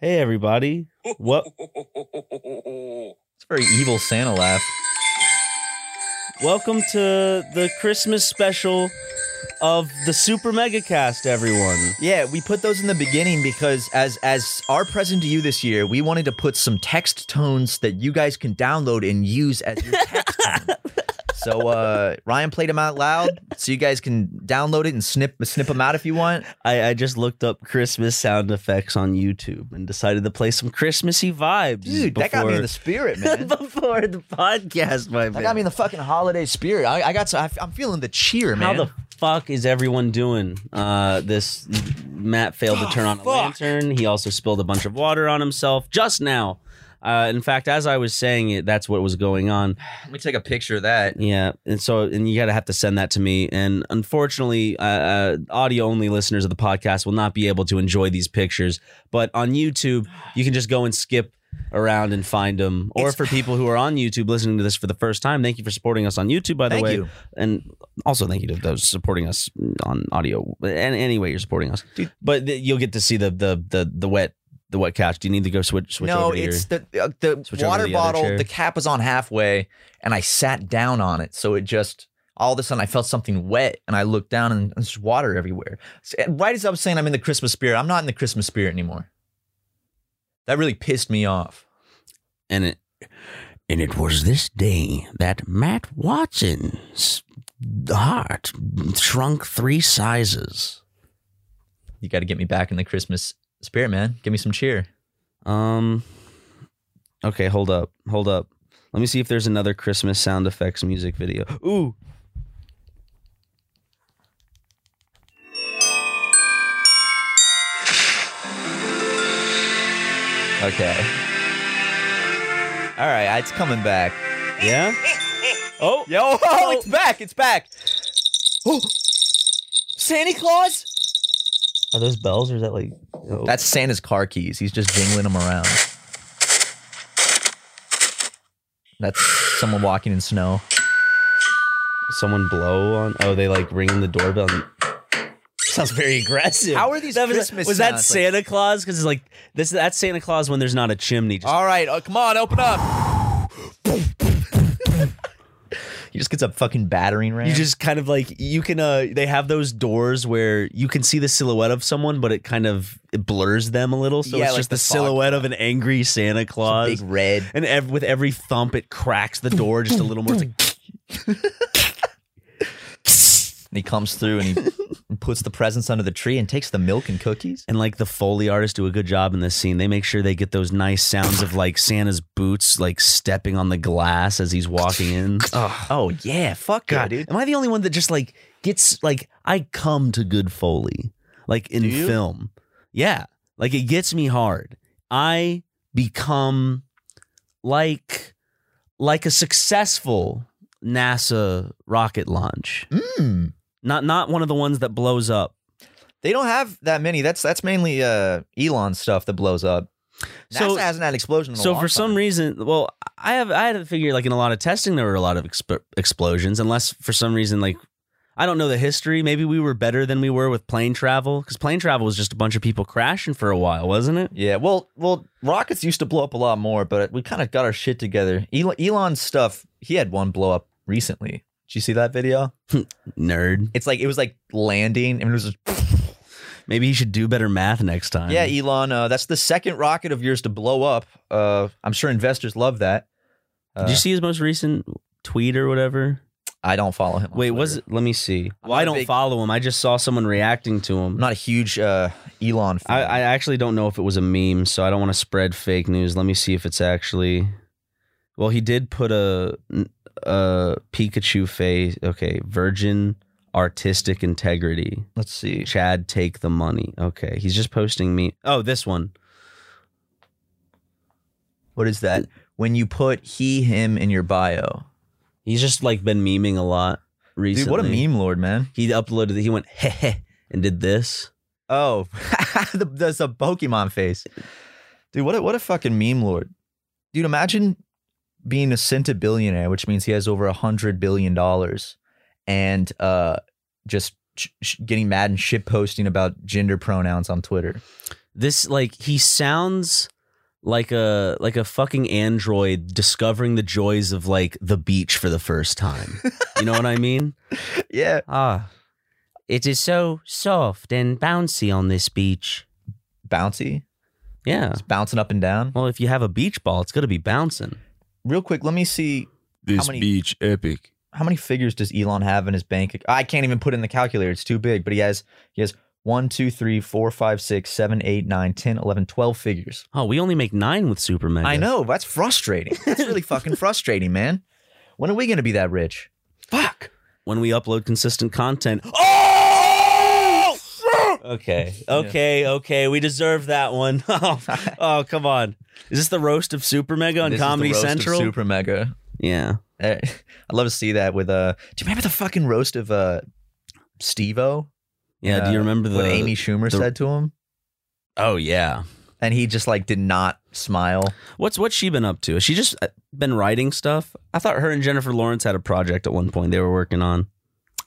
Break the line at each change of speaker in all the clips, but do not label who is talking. Hey everybody. What it's a very evil Santa laugh. Welcome to the Christmas special of the Super Mega Cast, everyone.
Yeah, we put those in the beginning because as as our present to you this year, we wanted to put some text tones that you guys can download and use as your text tone. So uh, Ryan played them out loud, so you guys can download it and snip snip them out if you want.
I, I just looked up Christmas sound effects on YouTube and decided to play some Christmassy vibes.
Dude, that got me in the spirit, man.
before the podcast, my
That
man.
got me in the fucking holiday spirit. I, I got so I, am feeling the cheer,
How
man.
the fuck is everyone doing? Uh, this Matt failed
Oh,
to turn on a lantern. He also spilled a bunch of water on himself just now. Uh, in fact, as I was saying it, that's what was going on.
Let me take a picture of that.
Yeah, and so and you gotta have to send that to me. And unfortunately, uh, uh, audio only listeners of the podcast will not be able to enjoy these pictures. But on YouTube, you can just go and skip around and find them. Or for people who are on YouTube listening to this for the first time, thank you for supporting us on YouTube. By the
Thank
way,
you.
and also thank you to those supporting us on audio and anyway you're supporting us. But th- you'll get to see the the the the wet the wet couch. Do you need to go switch switch
no,
over to your-
it's the uh, the
Switch over to
water
the other
bottle.
chair.
The cap was on halfway, and I sat down on it, so it just all of a sudden I felt something wet, and I looked down, and there's water everywhere. S- Right as I was saying, I'm in the Christmas spirit. I'm not in the Christmas spirit anymore. That really pissed me off.
and it and it was this day that Matt Watson's heart shrunk three sizes.
You got to get me back in the Christmas spirit, man. Give me some cheer.
Um okay, hold up. Hold up. Let me see if there's another Christmas sound effects music video. Ooh.
Okay. All right, it's coming back.
Yeah? Oh,
Yo, oh, it's back! It's back. Oh, Santa Claus.
are those bells or is that like oh.
That's Santa's car keys. He's just jingling them around. That's someone walking in snow.
someone blow on oh they like ringing the doorbell and- sounds very aggressive
How are these
that was,
Christmas
was that
sounds, like-
santa claus because it's like this that's santa claus when there's not a chimney just
All right, oh, come on, open up. he just gets a fucking battering ram.
You just kind of like you can uh they have those doors where you can see the silhouette of someone but it kind of it blurs them a little so
Yeah,
it's
like
just
the
the,
fog
silhouette of an angry Santa
It's a
Claus
big red.
and ev- with every thump it cracks the door just a little more it's like
And he comes through and he puts the presents under the tree and takes the milk and cookies.
and like the foley artists do a good job in this scene they make sure they get those nice sounds of like Santa's boots like stepping on the glass as he's walking in
Oh, yeah, fuck yeah, dude.
am I the only one that just like gets like I come to good foley like in
Do you?
film? Yeah, like it gets me hard. I become like like a successful NASA rocket launch.
Mm.
Not not one of the ones that blows up.
They don't have that many. That's that's mainly uh, Elon stuff that blows up. NASA
So-
hasn't had explosions. In a
So
long
for some
time.
reason, well, I have I had to figure like in a lot of testing there were a lot of exp- explosions, unless for some reason like I don't know the history. Maybe we were better than we were with plane travel because plane travel was just a bunch of people crashing for a while, wasn't it?
Yeah, well, well, rockets used to blow up a lot more, but we kind of got our shit together. Elon, Elon's stuff, he had one blow up recently. Did you see that video?
Nerd.
It's like it was like landing, and it was just,
Maybe he should do better math next time.
yeah, Elon. Uh, that's the second rocket of yours to blow up. Uh, I'm sure investors love that. Uh,
Did you see his most recent tweet or whatever?
I don't follow him. on
Wait, was
Twitter.
it? Let me see.
I'm
Well, I
not a
don't
big-
follow him. I just saw someone reacting to him.
I'm not a huge uh, Elon fan.
I, I actually don't know if it was a meme, so I don't want to spread fake news. Let me see if it's actually. Well, he did put a a Pikachu face. Okay, Virgin Artistic Integrity.
Let's see.
Chad, take the money. Okay, he's just posting me. Oh, this one.
What is that? When you put he, him in your bio.
He's just like been memeing a lot recently.
Dude, what a meme lord, man.
He uploaded. He went heh heh and did this.
Oh, the, that's a Pokemon face, dude. What a, what a fucking meme lord, dude. Imagine being a centibillionaire, which means he has over a hundred billion dollars, and uh, just sh- sh- getting mad and shit posting about gender pronouns on Twitter.
This like he sounds like a like a fucking android discovering the joys of like the beach for the first time. You know what I mean?
yeah,
Ah. It is so soft and bouncy on this beach.
bouncy,
Yeah.
it's bouncing up and down.
Well, if you have a beach ball, it's going to be bouncing.
Real quick, let me see
This
many-
beach epic.
how many figures does Elon have in his bank? ac- I can't even put in the calculator; it's too big. But he has he has one, two, three, four, five, six, seven, eight, nine, ten, eleven, twelve figures.
Oh, we only make nine with Superman.
I know. That's frustrating. That's really fucking frustrating, man. When are we going to be that rich? Fuck.
When we upload consistent content.
Oh!
Okay. Okay. Okay. We deserve that one. oh, oh, come on. Is this the roast of Super Mega on
This is the
Comedy
roast of
Central?
Super mega.
yeah.
Eh, I'd love to see that with uh do you remember the fucking roast of uh Steve-O?
Yeah. do you
Uh,
remember the.
what Amy Schumer
the-
said to him?
Oh, yeah.
And he just like did not smile.
What's what's she been up to? Has she just uh, been writing stuff? I thought her and Jennifer Lawrence had a project at one point they were working on.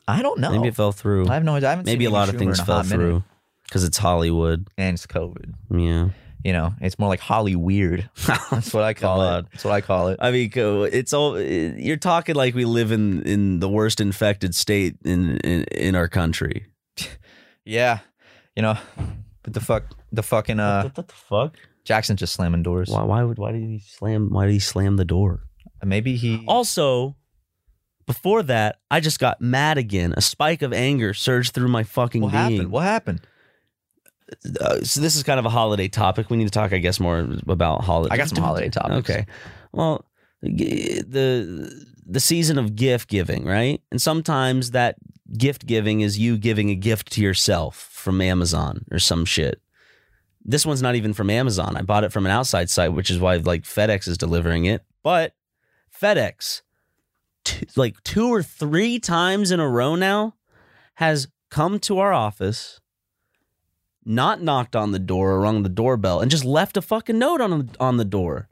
I don't know.
Maybe it fell through.
Oh. I have no idea. I haven't
Maybe a
seen Amy
lot
Schumer
of things
in a
fell
hot minute.
through because it's Hollywood.
And it's COVID.
Yeah.
You know, it's more like Holly weird. That's what I call
God.
it. That's what I call it.
I mean, co- it's all uh, you're talking like we live in in the worst infected state in in, in our country.
Yeah. You know, but the fuck the fucking uh
what the fuck?
Jackson just slamming doors.
Why, why would why did he slam why did he slam the door?
Maybe he
Also, before that, I just got mad again. A spike of anger surged through my fucking
What
being.
happened? What happened?
uh, so this is kind of a holiday topic. We need to talk, I guess, more about holiday.
I got some holiday topics.
Okay. Well, g- the the season of gift giving, right? And sometimes that gift giving is you giving a gift to yourself from Amazon or some shit. This one's not even from Amazon. I bought it from an outside site, which is why like FedEx is delivering it. But FedEx, t- like two or three times in a row now, has come to our office not knocked on the door or rung the doorbell and just left a fucking note on on the door.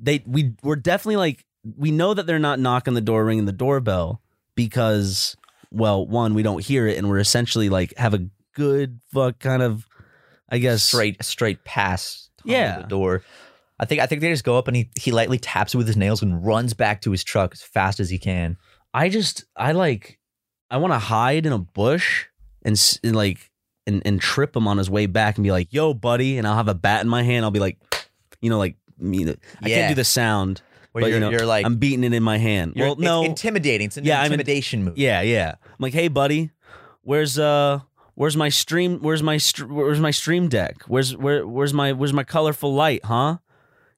They we we're definitely like we know that they're not knocking the door, ringing the doorbell because well, one we don't hear it and we're essentially like have a good fuck kind of I guess
Straight straight past Tom
Yeah.
the door. I think I think they just go up and he, he lightly taps it with his nails and runs back to his truck as fast as he can.
I just I like I want to hide in a bush and, s- and like and and trip him on his way back and be like, "Yo, buddy," and I'll have a bat in my hand. I'll be like, you know, like you know, I
Yeah.
can't do the sound.
Where
But,
you're,
you know,
you're like
I'm beating it in my hand.
you're-
well, no,
it's intimidating. It's an
Yeah, I'm in-
intimidation move.
yeah, yeah. I'm like, hey, buddy, where's uh, where's my stream? Where's my str- where's my stream deck? Where's where where's my where's my colorful light? Huh?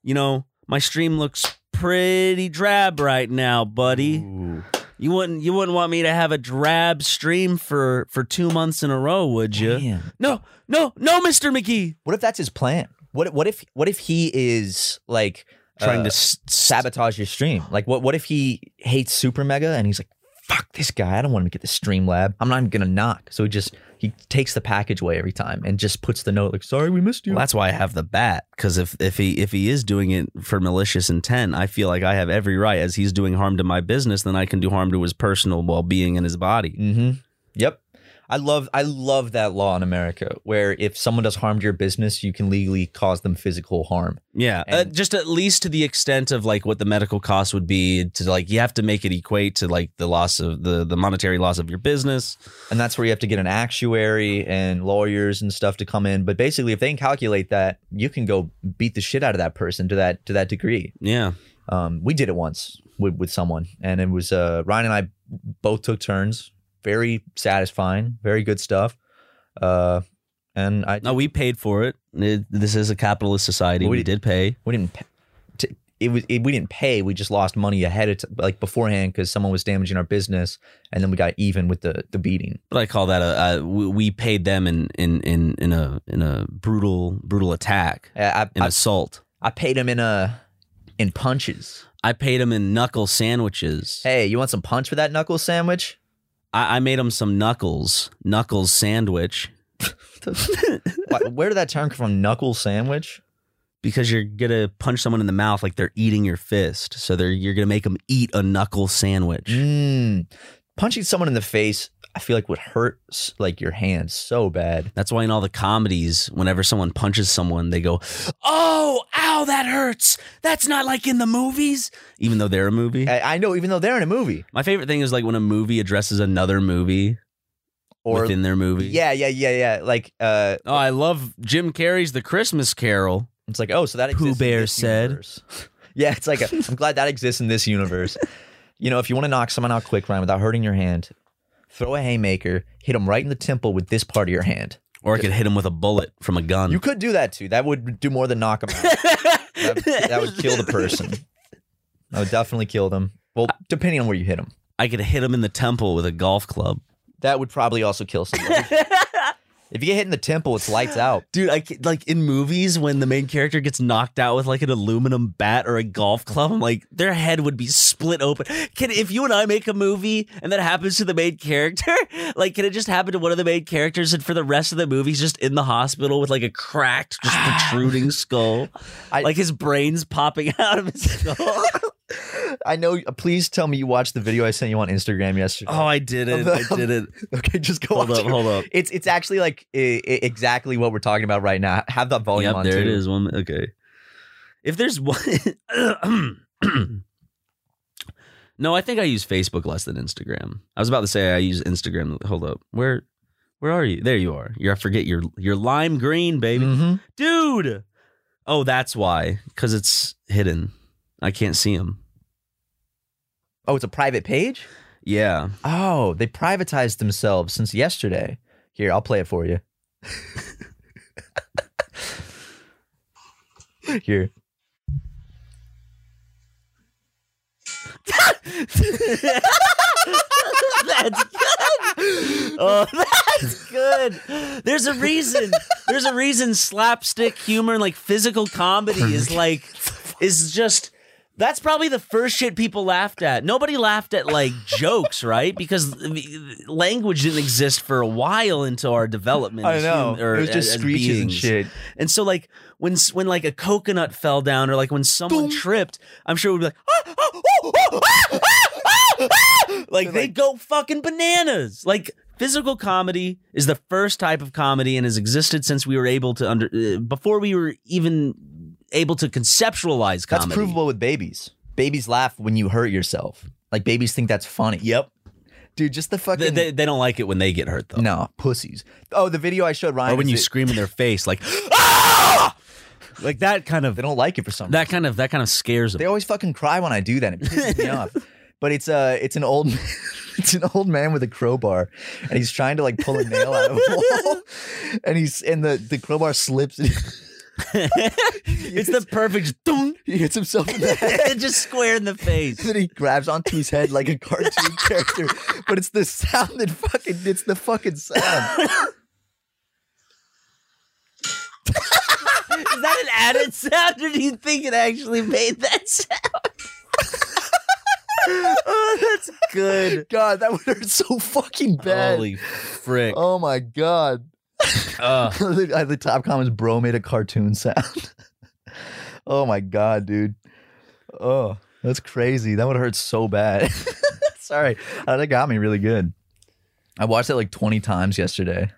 You know, my stream looks pretty drab right now, buddy.
Ooh.
You wouldn't you wouldn't want me to have a drab stream for for two months in a row, would you?
Damn.
No, no, no, Mister McGee.
What if that's his plan? What what if what if he is like
trying to
uh,
s- sabotage.
sabotage your stream. Like, what what if he hates Super Mega and he's like, "Fuck this guy! I don't want him to get the Stream Lab. I'm not even gonna knock." So he just he takes the package away every time and just puts the note like, "Sorry, we missed you."
Well, that's why I have the bat because if if he if he is doing it for malicious intent, I feel like I have every right. As he's doing harm to my business, then I can do harm to his personal well being and his body.
hmm Yep. I love I love that law in America where if someone does harm to your business, you can legally cause them physical harm.
Yeah, uh,
And-
just at least to the extent of like what the medical cost would be to like you have to make it equate to like the loss of the the monetary loss of your business.
And that's where you have to get an actuary and lawyers and stuff to come in. But basically if they can calculate that, you can go beat the shit out of that person to that to that degree.
Yeah,
Um, we did it once with, with someone, and it was uh, Ryan and I both took turns. Very satisfying, very good stuff. Uh, and I
no, we paid for it. It- this is a capitalist society.
We-
we did pay.
we didn't pa- t- it was it, we didn't pay. We just lost money ahead of t- like beforehand because someone was damaging our business, and then we got even with the the beating.
but I call that a, a we, we paid them in in in in a in a brutal brutal attack,
I
an
I, I,
assault.
I paid him in a in punches.
I paid him in knuckle sandwiches.
Hey, you want some punch for that knuckle sandwich?
I, I made him some knuckles knuckles sandwich
Why, where did that term come from? Knuckle sandwich?
because you're gonna punch someone in the mouth like they're eating your fist. So they're you're gonna make them eat a knuckle sandwich.
Mm. Punching someone in the face, I feel like would hurt s- like your hand so bad.
That's why in all the comedies, whenever someone punches someone, they go, "Oh, ow, that hurts." That's not like in the movies, even though they're a movie.
I, I know, even though they're in a movie
My favorite thing is like when a movie addresses another movie
or
within their movie.
yeah, yeah, yeah, yeah. Like, uh,
Oh, I love Jim Carrey's The Christmas Carol.
it's like, oh, so that
Pooh
exists in
Bear
this
said.
universe. yeah, it's like, a, I'm glad that exists in this universe. you know, if you want to knock someone out quick, Ryan, without hurting your hand, throw a haymaker, hit them right in the temple with this part of your hand.
Or I could hit him with a bullet from a gun.
You could do that too. That would do more than knock them out. that, that would kill the person. That would definitely kill them. Well, depending on where you hit them.
I could hit him in the temple with a golf club.
That would probably also kill someone. if you get hit in the temple, it's lights out.
Dude, I ca- like in movies when the main character gets knocked out with like an aluminum bat or a golf club, I'm like their head would be split open. Can if you and I make a movie and that happens to the main character, like can it just happen to one of the main characters and for the rest of the movie he's just in the hospital with like a cracked, just protruding skull,
I-
like his brains popping out of his skull.
I know. Please tell me you watched the video I sent you on Instagram yesterday.
oh, I did it! I did it!
okay, just go
Hold
watch
up!
it.
Hold up!
It's it's actually like i- i- exactly what we're talking about right now. Have that volume
Yep,
on.
there it
too.
is. One okay. If there's one, no, I think I use Facebook less than Instagram. I was about to say I use Instagram. Hold up, where, where are you? There you are. You're. I forget your your lime green, baby,
Mhm.
dude. Oh, that's why, because it's hidden. I can't see him.
Oh, it's a private page.
Yeah,
Oh, they privatized themselves since yesterday. Here, I'll play it for you. Here.
that's good. Oh, that's good. There's a reason. There's a reason slapstick humor and like physical comedy is like is just that's probably the first shit people laughed at. Nobody laughed at like jokes, right? Because language didn't exist for a while into our development. as hum- or
it was just
as- as
screeches and
beings.
shit.
And so like when s- when like a coconut fell down or like when someone tripped, I'm sure it would be like "Ah, ah, ooh, ooh, ah, ah, ah." like they go fucking bananas. Like physical comedy is the first type of comedy and has existed since we were able to under uh, before we were even able to conceptualize
That's
comedy.
provable with babies. Babies laugh when you hurt yourself. Like babies think that's funny. Yep. Dude, just the
They,
fucking
they, they don't like it when they get hurt though.
no pussies. Oh, the video I showed Ryan.
Or when
is
you
it-
scream in their face like ah! like that kind of
they don't like it for some. reason.
that kind of that kind of scares them.
They always fucking cry when I do that. It pisses me off. But it's uh it's an old it's an old man with a crowbar and he's trying to like pull a nail out of a wall and he's and the, the crowbar slips and
it's the perfect dunk.
he hits himself in the head.
just square in the face.
That he grabs onto his head like a cartoon character, but it's the sound that fucking it's the fucking sound.
Is that an added sound, or do you think it actually made that sound? oh, that's good.
God, that would hurt so fucking bad.
Holy frick!
oh my god.
Ugh.
the, the top comments, bro made a cartoon sound. oh my god, dude. Oh, that's crazy. That would hurt so bad. Sorry, Uh, that got me really good. I watched it like twenty times yesterday.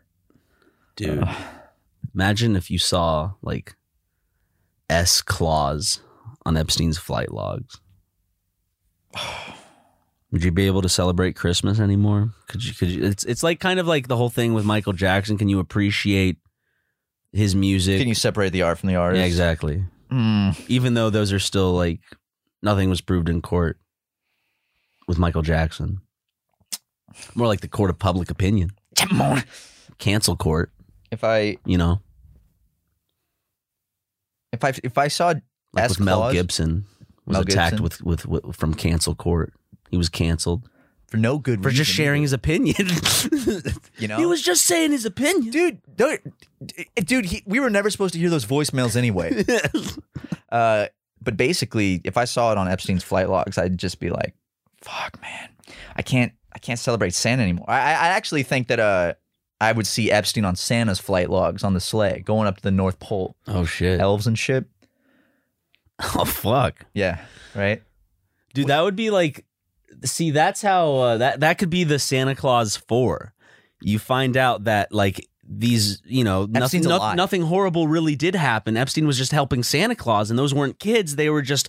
dude. Imagine if you saw like S claws on Epstein's flight logs. Would you be able to celebrate Christmas anymore? Could you? Could you? It's it's like kind of like the whole thing with Michael Jackson. Can you appreciate his music?
Can you separate the art from the artist?
yeah, exactly.
Mm,
Even though those are still like nothing was proved in court with Michael Jackson. More like the court of public opinion,
come on.
cancel court.
If I
You know,
if I if I saw
like
S
with Mel
Claus?
Gibson was
Mel
attacked
Gibson?
With, with with from cancel court. He was canceled
for no good
for just
reason,
sharing his opinion.
you know,
He was just saying his opinion.
dude, don't- dude, he, we were never supposed to hear those voicemails anyway. Uh, but basically, if I saw it on Epstein's flight logs, I'd just be like, "Fuck, man, I can't, I can't celebrate Santa anymore." I, I I actually think that uh, I would see Epstein on Santa's flight logs on the sleigh going up to the North Pole,
oh shit!
elves and shit.
Oh fuck,
Yeah, right.
dude, that would be like. See, that's how uh, that that could be the Santa Claus four. You find out that like these, you know, nothing
Epstein's
no-
alive.
nothing horrible really did happen. Epstein was just helping Santa Claus, and those weren't kids; they were just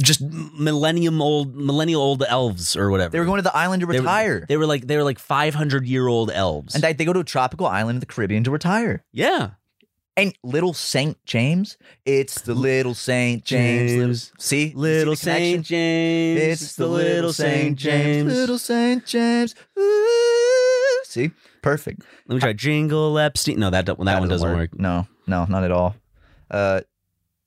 just millennium old millennial old elves or whatever.
They were going to the island to
They were-
retire,
They were like they were like 500 year old elves.
and they, they go to a tropical island in the Caribbean to retire.
yeah,
And little Saint James, it's the little Saint James.
James.
Little, see,
little
See the connection?
Saint James.
It's the little Saint James. Little Saint James. Ooh. See, perfect.
Let me try jingle Epstein. No, that don't- that, one doesn't work.
No, no, not at all. Uh,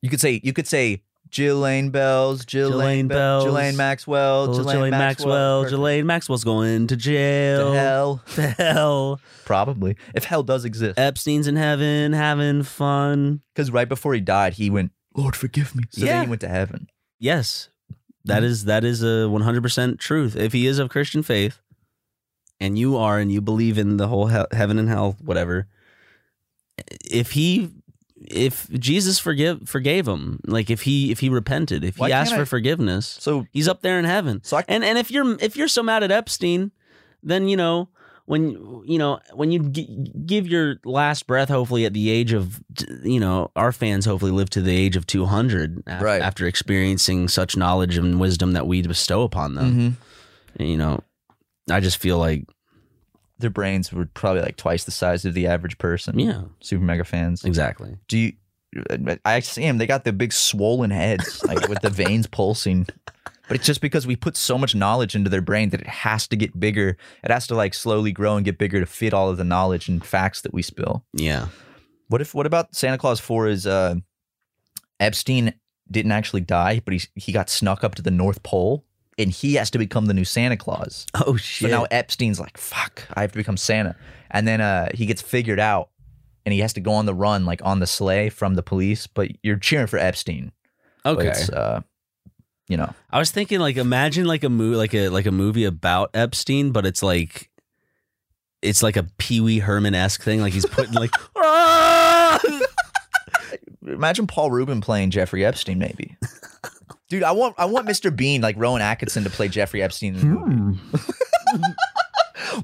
you could say you could say Jillane Bells, Jillane
Jillane
Bells, Jillane
Bells.
Maxwell,
Little
Jillane
Jelaine
Oh, Maxwell,
Maxwell.
perfect.
Jelaine Maxwell's going to jail.
To hell, Eh.
To hell.
probably if hell does exist.
Epstein's in heaven, having fun.
Because right before he died, he went, "Lord, forgive me." So
Yeah.
then he went to heaven.
Yes, that
Mm.
is that is a 100 percent truth. If he is of Christian faith, and you are, and you believe in the whole he- heaven and hell, whatever. If he, if Jesus forgive forgave him, like if he if he repented, if
Why
he asked
can't I-
for forgiveness,
So,
he's up there in heaven.
so I
And and if you're if you're so mad at Epstein, then you know when you know when you g- give your last breath, hopefully at the age of you know our fans hopefully live to the age of two hundred af-
Right.
after experiencing such knowledge and wisdom that we bestow upon them.
Mhm.
You know, I just feel like
their brains were probably like twice the size of the average person.
yeah,
super mega fans.
exactly.
Do you? I see them. They got the big swollen heads, like with the veins pulsing. But it's just because we put so much knowledge into their brain that it has to get bigger. It has to like slowly grow and get bigger to fit all of the knowledge and facts that we spill.
Yeah,
What if? What about Santa Claus Four? Is uh, Epstein didn't actually die, but he he got snuck up to the North Pole, and he has to become the new Santa Claus.
Oh
So
shit!
now Epstein's like, fuck, I have to become Santa. And then uh, he gets figured out and he has to go on the run, like on the sleigh from the police. But you're cheering for Epstein. But
okay.
it's, uh, you know,
I was thinking like imagine like a movie like a like a movie about Epstein, but it's like it's like a Pee Wee Herman esque thing. Like he's putting like
imagine Paul Rubin playing Jeffrey Epstein, maybe. Dude, I want I want Mr. Bean like Rowan Atkinson to play Jeffrey Epstein in the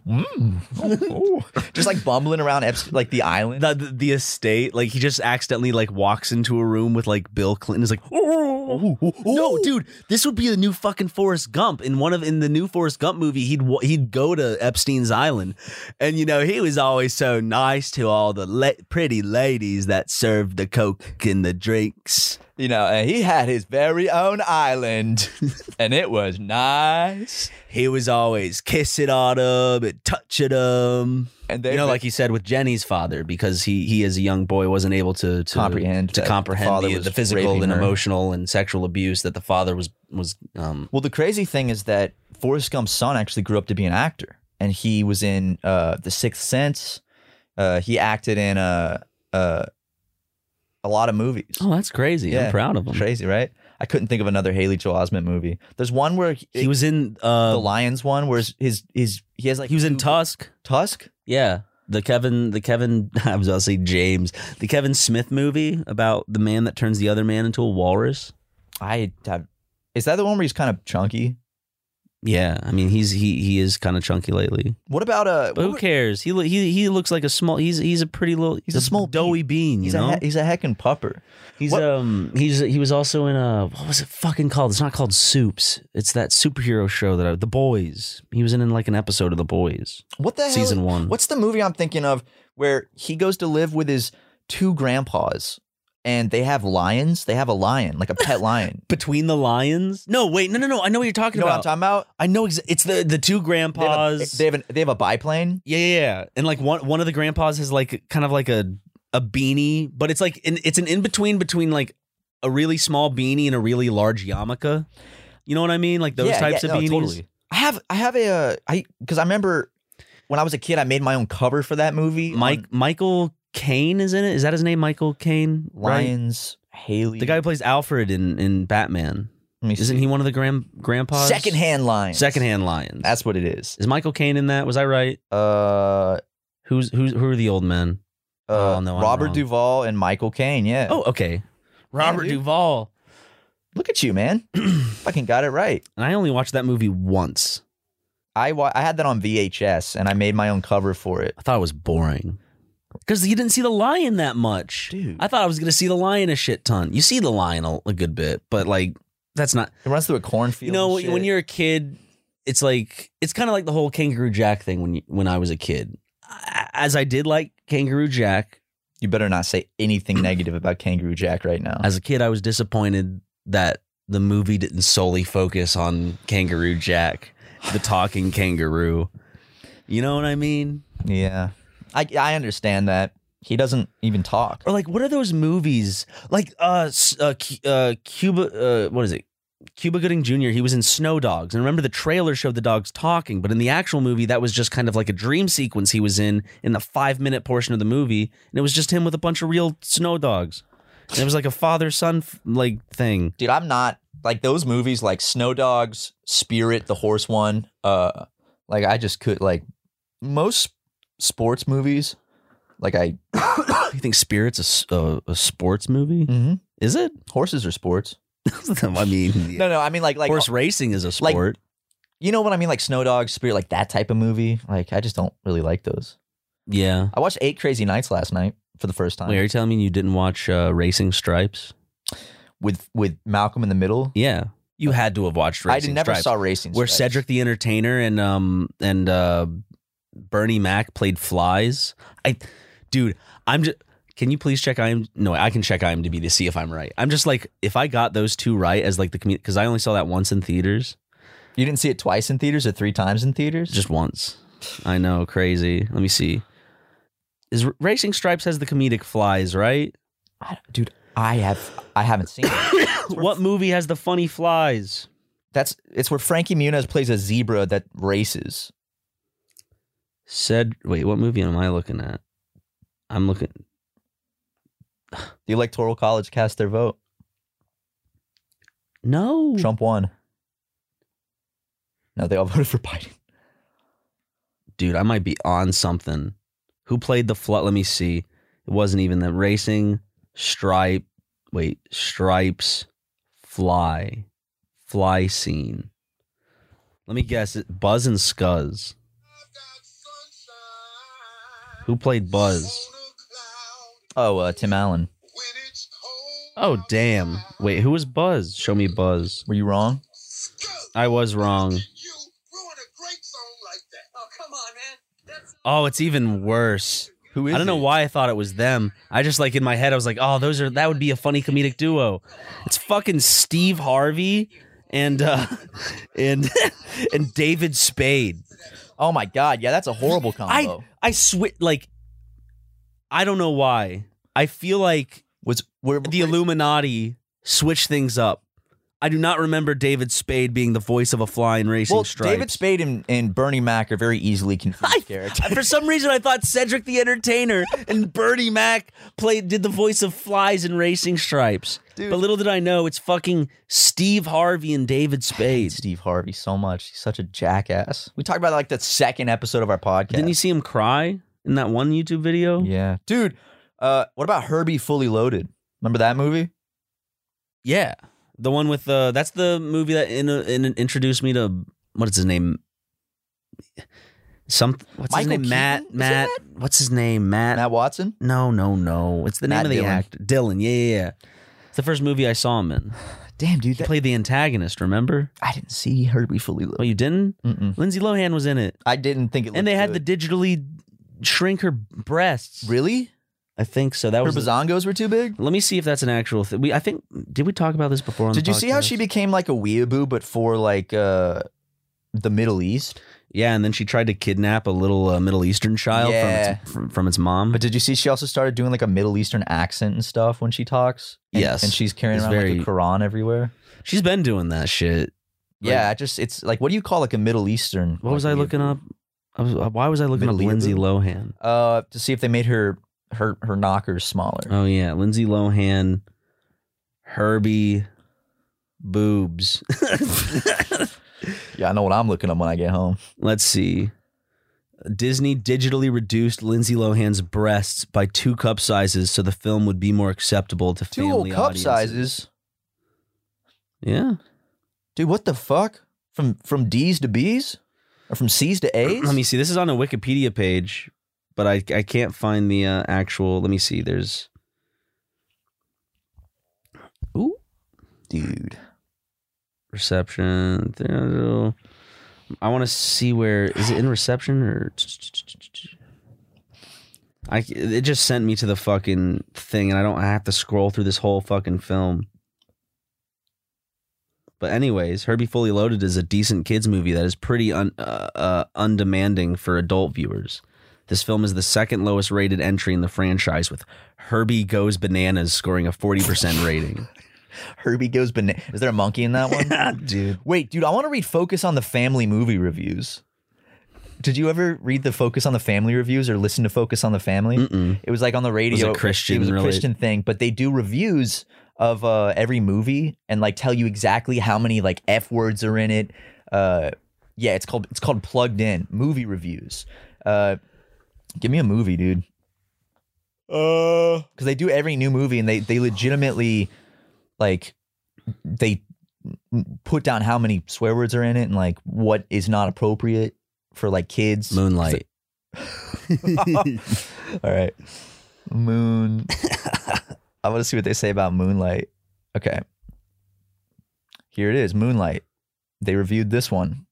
Hmm.
movie. Just like bumbling around Epstein, like the island.
the, the estate. Like he just accidentally like walks into a room with like Bill Clinton. Is like, "Oh, no, dude, this would be the new fucking Forrest Gump. In one of in the new Forrest Gump movie, he'd wa- he'd go to Epstein's island, and you know he was always so nice to all the la- pretty ladies that served the coke and the drinks.
You know, and he had his very own island, and it was nice.
He was always kissing on them and touching them.
And they
You know, like he said with Jenny's father, because he he as a young boy wasn't able to, to
Comprehend
to
that
comprehend
the father
the,
was
the physical
raping
and
her.
emotional and sexual abuse that the father was was um
Well, the crazy thing is that Forrest Gump's son actually grew up to be an actor, and he was in uh, The Sixth Sense. Uh, he acted in uh, uh, a lot of movies.
Oh, that's crazy. I'm
Yeah.
proud of him.
Crazy, right? I couldn't think of another Haley Joel Osment movie. There's one where he,
He was in
the
uh
Lions one, where his his, his he has like
he was in
two-
Tusk.
Tusk.
Yeah. The Kevin the Kevin I was about to say James. The Kevin Smith movie about the man that turns the other man into a walrus.
I have. Is that the one where he's kind of chunky?
Yeah, I mean he's he he is kind of chunky lately.
What about uh?
But
what
who
were-
cares? He lo- he he looks like a small. He's he's a pretty little.
He's a small
doughy bean. you
He's
know.
a he- he's a heckin' pupper.
he's
what-
um he's he was also in a what was it fucking called? It's not called Soups. It's that superhero show that I, the Boys. He was in, in like an episode of the Boys
What the hell?
season one.
What's the movie I'm thinking of where he goes to live with his two grandpas and they have lions? They have a lion, like a pet lion.
between the lions? No, wait, no, no, no. I know what you're
you
talking
know what I'm
about.
talking about?
I know exa- it's the the two
They have, a,
grandpas.
they, have an- they have a biplane.
Yeah, yeah, yeah. And like one one of the grandpas has like kind of like a a beanie, but it's like an, it's an in between between like a really small beanie and a really large yarmulke. You know what I mean? Like those
Yeah,
types
yeah,
of
no,
beanies.
totally. I have I have a uh, I because I remember when I was a kid I made my own cover for that movie. on
Mike Michael Caine is in it. Is that his name? Michael Caine. Right?
Lions Haley.
The guy who plays Alfred in in Batman.
Let me
Isn't
see.
he one of the grand grandpas?
secondhand lions?
Secondhand lions.
That's what it is.
is Michael Caine in that? Was I right?
Uh,
Who's who's who are the old men?
uh
Oh, no, I'm
Robert
wrong.
Duvall and Michael Caine. Yeah.
Oh, okay. Robert
dude.
Duvall.
look at you, man! Fucking got it right.
And I only watched that movie once.
I wa- I had that on VHS and I made my own cover for it.
I thought it was boring because you didn't see the lion that much.
Dude.
I thought I was going to see the lion a shit ton. You see the lion a, a good bit, but like that's not.
It runs through a cornfield.
You know,
and
when-
shit.
when you're a kid, it's like it's kind of like the whole Kangaroo Jack thing. When you, when I was a kid, I- as I did like Kangaroo Jack
you better not say anything negative about Kangaroo Jack right now.
as a kid, I was disappointed that the movie didn't solely focus on Kangaroo Jack, the talking kangaroo. You know what I mean?
yeah, I I understand that he doesn't even talk.
or like what are those movies like uh s- uh, Cu- uh cuba uh what is it cuba gooding jr he was in snow dogs and remember the trailer showed the dogs talking but in the actual movie that was just kind of like a dream sequence he was in in the five minute portion of the movie and it was just him with a bunch of real snow dogs and it was like a father son like thing
dude i'm not like those movies like snow dogs spirit the horse one uh like i just could like most sports movies like i
you think spirit's a s- a, a sports movie
Mhm.
is it
horses are sports
i mean
no no i mean like like
horse racing is a
like-
sport
you know what i mean like snow dogs spirit like that type of movie like i just don't really like those
yeah
i watched eight crazy nights last night for the first time
Wait, are you telling me you didn't watch uh, Racing Stripes?
with with malcolm in the middle
Yeah, you had to have watched.
i
Racing
never
Stripes.
saw racing
where
Stripes.
Cedric the Entertainer and um and uh Bernie Mac played flies. I dude, I'm just can you please check IM no, I can check IMDb to see if I'm right. I'm just like if I got those two right as like the community cuz I only saw that once in theaters,
you didn't see it twice in theaters or three times in theaters
just once. I know, crazy. Let me see. Is R- Racing Stripes has the comedic flies, right?
I, dude i have i haven't seen it
what movie has the funny flies?
That's it's where Frankie Muniz plays a zebra that races.
Said wait, what movie am I looking at? I'm looking
The Electoral College cast their vote.
No.
Trump won. No, they all voted for Biden.
dude, I might be on something. Who played the flood? Let me see. It wasn't even the racing stripe. Wait, stripes, fly, fly scene. Let me guess. It Buzz and Scuzz. Who played Buzz?
Oh, uh, Tim Allen.
Oh damn! Wait, who was Buzz? Show me Buzz.
Were you wrong?
I was wrong. Oh, it's even worse.
Who is
I don't know
it?
why I thought it was them. I just like in my head I was like, oh, those are that would be a funny comedic duo. It's fucking Steve Harvey and uh and and David Spade.
Oh my god, yeah, that's a horrible
I
combo.
I swear like I don't know why. I feel like
was were
the Illuminati switch things up. I do not remember David Spade being the voice of a fly in Racing
Well,
Stripes.
David Spade and, and Bernie Mac are very easily confused characters.
For some reason, I thought Cedric the Entertainer and Bernie Mac played did the voice of flies in Racing Stripes. But little did I know, it's fucking Steve Harvey and David
hate
Spade.
Steve Harvey so much. He's such a jackass. We talked about like the second episode of our podcast.
Didn't you see him cry in that one YouTube video?
yeah, dude. Uh, what about Herbie Fully Loaded? Remember that movie?
Yeah. the one with the that's the movie that in, in, introduced me to what is his name? Some what's
Michael
his name?
Keaton? Is
Matt
it
Matt what's his name? Matt.
Matt Watson.
No, no, no. It's the name
Matt
of the
Dillon.
actor. Dylan. Yeah, yeah, yeah. It's the first movie I saw him in.
Damn, dude.
He
that-
played the antagonist. Remember?
I didn't see Herbie Fully
Oh,
Loaded.
you didn't?
Mm-mm.
Lindsay Lohan was in it,
I didn't think it. Looked
and they had
good.
to digitally shrink her breasts.
really.
I think so. That
Her
was.
bazongos were too big.
Let me see if that's an actual thing. We, I think, did we talk about this before? On
Did
the
you see how
podcast?
she became like a weeaboo, but for like uh the Middle East?
Mm-hmm. Yeah, and then she tried to kidnap a little uh, Middle Eastern child
Yeah.
from, its, from from its mom.
But did you see she also started doing like a Middle Eastern accent and stuff when she talks? And-
Yes.
and she's carrying
It's
around
very-
like a Quran everywhere.
she's been doing that shit. Like-
yeah, I just it's like what do you call like a Middle Eastern?
What was I
like,
looking up? I was, uh, why was I looking
Middle
up Lindsay
Eastern?
Lohan?
Uh, to see if they made her her her knockers smaller.
Oh yeah, Lindsay Lohan, Herbie, boobs.
Yeah, I know what I'm looking up when I get home.
Let's see. Disney digitally reduced Lindsay Lohan's breasts by two cup sizes so the film would be more acceptable to
Two
family
old cup
audiences.
sizes,
Yeah.
dude. What the fuck? From from D's to B's, or from C's to A's?
Let me see. This is on a Wikipedia page, but I I can't find the uh, actual. Let me see. There's ooh
dude.
reception. I want to see where is it in reception or. I, it just sent me to the fucking thing, and I don't I have to scroll through this whole fucking film. But anyways, Herbie Fully Loaded is a decent kids movie that is pretty un, uh, uh, undemanding for adult viewers. This film is the second lowest rated entry in the franchise, with Herbie Goes Bananas scoring a forty percent rating.
Herbie goes banana. Is there a monkey in that one?
Dude,
Wait, dude, I want to read Focus on the Family movie reviews. Did you ever read the Focus on the Family reviews or listen to Focus on the Family?
Mm-mm.
It was like on the radio.
Christian
It was a
related-
Christian thing, but they do reviews of uh, every movie and like tell you exactly how many like f words are in it. Uh, yeah, it's called it's called plugged in movie reviews. Uh, give me a movie, dude. Uh, because they do every new movie and they they legitimately like they put down how many swear words are in it and like what is not appropriate for like kids.
Moonlight.
All right. Moon. I want to see what they say about Moonlight. Okay. Here it is Moonlight. They reviewed this one.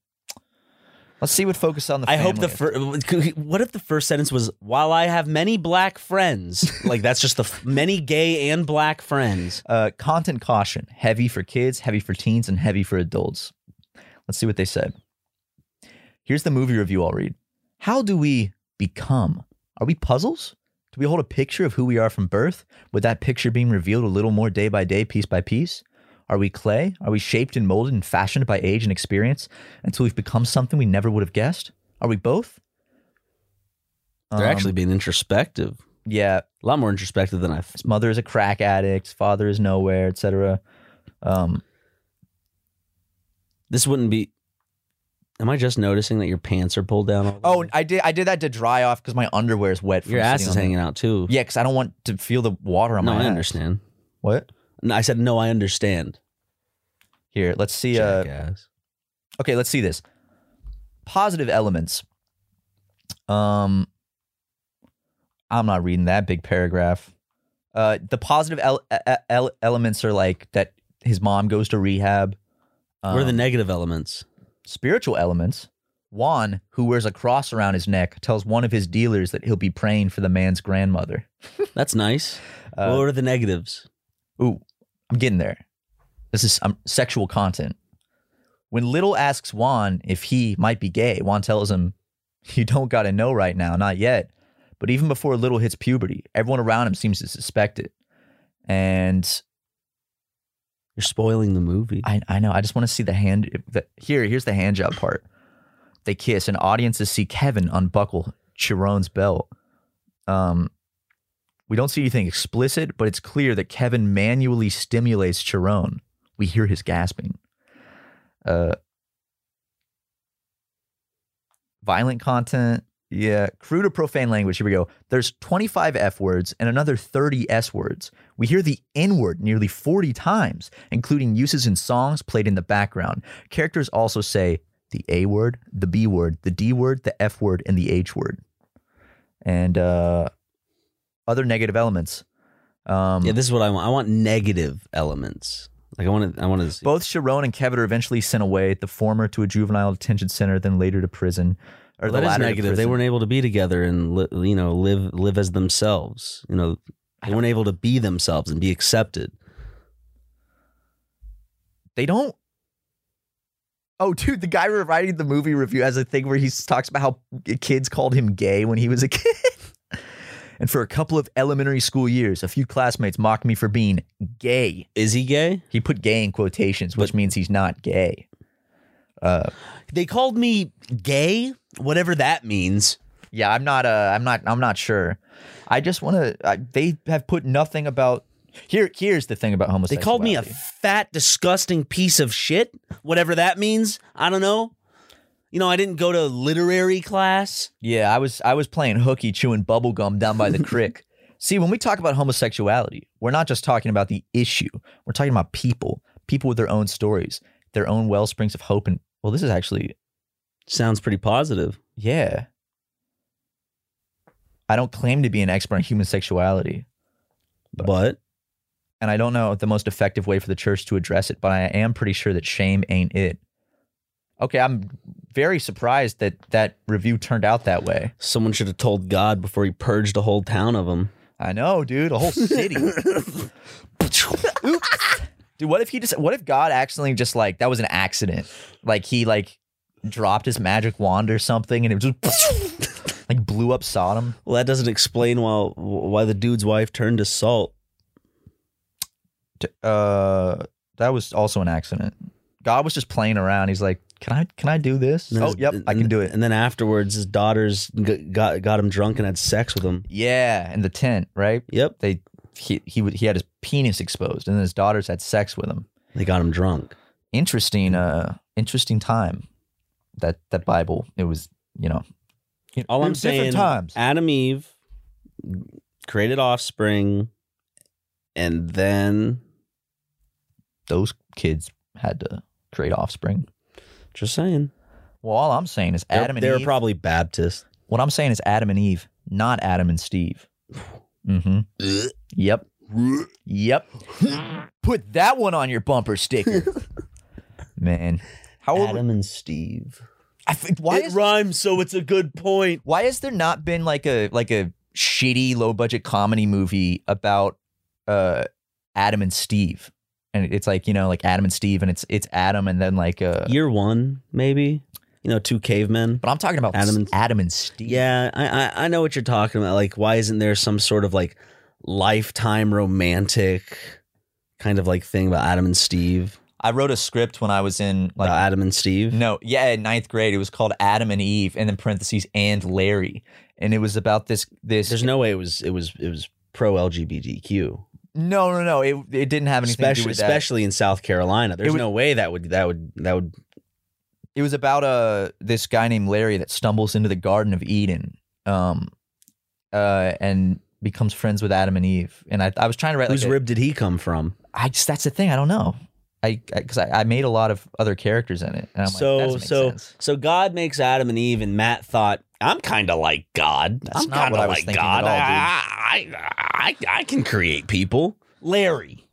Let's see what Focus on the
I hope the
Family
first. What if the first sentence was, "While I have many black friends," like that's just the f- many gay and black friends.
Uh, content caution heavy for kids, heavy for teens, and heavy for adults. Let's see what they said. Here's the movie review I'll read. How do we become? Are we puzzles? Do we hold a picture of who we are from birth, with that picture being revealed a little more day by day, piece by piece? Are we clay? Are we shaped and molded and fashioned by age and experience until we've become something we never would have guessed? Are we both?
They're
Um,
actually being introspective,
yeah.
a lot more introspective than I. F-
His mother is a crack addict. His father is nowhere, etc. Um,
this wouldn't be. Am I just noticing that your pants are pulled down? all the
Oh,
way?
I did. I did that to dry off because my underwear is wet. From
your ass
sitting
is
on
hanging out too.
The, yeah, because I don't want to feel the water on
no,
my.
I
ass.
understand.
What?
No, I said no. I understand.
Here, let's see. Uh,
Jackass.
okay, let's see this. Positive elements. Um, I'm not reading that big paragraph. Uh, the positive el- e- e- elements are like that. His mom goes to rehab.
what are the
Um,
negative elements?
spiritual elements, Juan, who wears a cross around his neck, tells one of his dealers that he'll be praying for the man's grandmother.
That's nice.
Uh,
what are the negatives?
Ooh, I'm getting there. This is um, sexual content. When Little asks Juan if he might be gay, Juan tells him, You don't got to know right now, not yet. But even before Little hits puberty, everyone around him seems to suspect it. And
You're spoiling the movie.
I, I know. I just want to see the hand. The, here, here's the hand job part. They kiss, and audiences see Kevin unbuckle Chiron's belt. Um, we don't see anything explicit, but it's clear that Kevin manually stimulates Chiron. We hear his gasping. Uh, violent content. Yeah, crude or profane language. Here we go. There's 25 F words and another 30 S words. We hear the N word nearly 40 times, including uses in songs played in the background. Characters also say the A word, the B word, the D word, the F word, and the H word. And uh, other negative elements. Um,
yeah, this is what I want. I want negative elements. Like I want to. I want to. See.
both Sharon and Kevin are eventually sent away, the former to a juvenile detention center, then later to prison. Or
Well,
the
that is
latter to
negative. They
prison.
weren't able to be together and li- you know live live as themselves. You know, they weren't able to be themselves and be accepted.
they don't. Oh, dude, the guy writing the movie review has a thing where he talks about how kids called him gay when he was a kid. and for a couple of elementary school years, a few classmates mocked me for being gay.
Is he gay?
He put gay in quotations, which means he's not gay.
They called me gay, whatever that means.
Yeah, I'm not. Uh, I'm not. I'm not sure. I just want to. They have put nothing about. Here, here's the thing about
They
homosexuality.
called me a fat, disgusting piece of shit, whatever that means. I don't know. You know, I didn't go to literary class.
Yeah, I was I was playing hooky chewing bubble gum down by the creek. See, when we talk about homosexuality, we're not just talking about the issue. We're talking about people, people with their own stories, their own well springs of hope and well, this is actually
Sounds pretty positive.
yeah. I don't claim to be an expert on human sexuality,
But
and I don't know the most effective way for the church to address it, but I am pretty sure that shame ain't it. Okay, I'm very surprised that that review turned out that way.
someone should have told God before he purged a whole town of them.
I know, dude, a whole city. Dude, what if he just what if God accidentally just like that was an accident? Like he like dropped his magic wand or something and it just like blew up Sodom.
Well, that doesn't explain why why the dude's wife turned to salt.
D- Uh that was also an accident. God was just playing around. He's like, "Can I can I do this?"
And then
Oh,
his-
yep, I can
and-
do it.
And then afterwards, his daughters g- got got him drunk and had sex with him.
Yeah, in the tent, right?
Yep,
They he he w- he had his penis exposed and then his daughters had sex with him.
they got him drunk.
Interesting uh interesting time. That that Bible, it was, you know, you know,
All
it
I'm
was different
saying,
times.
Adam Eve created offspring, and then
those kids had to create offspring.
just saying,
Well, all I'm saying is
They're-
Adam
they
and
were
Eve.
probably Baptist.
what I'm saying is Adam and Eve, not Adam and Steve. Mm-hmm. yep. Yep. Put that one on your bumper sticker, man. How old?
Adam and Steve.
I think, why
it
is
rhymes, so it's a good point.
why has there not been like a like a shitty low budget comedy movie about uh Adam and Steve? And it's like you know like Adam and Steve, and it's it's Adam, and then like uh.
Year one, maybe. You know, two cavemen.
But I'm talking about
Adam
Adam
and-
and, Adam and Steve.
Yeah, I, I I know what you're talking about. Like, why isn't there some sort of like lifetime romantic kind of like thing about Adam and Steve?
I wrote a script when I was in like
Like Adam and Steve.
no yeah in ninth grade. It was called Adam and Eve, and then parentheses and Larry, and it was about this this
There's no way it was it was it was pro LGBTQ.
no no no it it didn't have anything to do
Especially
with that.
especially in South Carolina. There's
was-
no way that would that would that would
It was about uh this guy named Larry that stumbles into the Garden of Eden, um, uh, and becomes friends with Adam and Eve. And I I was trying to write
whose
like a-
rib did he come from?
I just that's the thing I don't know. I because I, I, made a lot of other characters in it. And I'm
So-
like, that doesn't make
so-
sense.
So God makes Adam and Eve and Matt thought, I'm kinda like God.
That's
I'm
not
kinda
what I was
like
thinking
God.
at all, dude.
I, I I I can create people. Larry.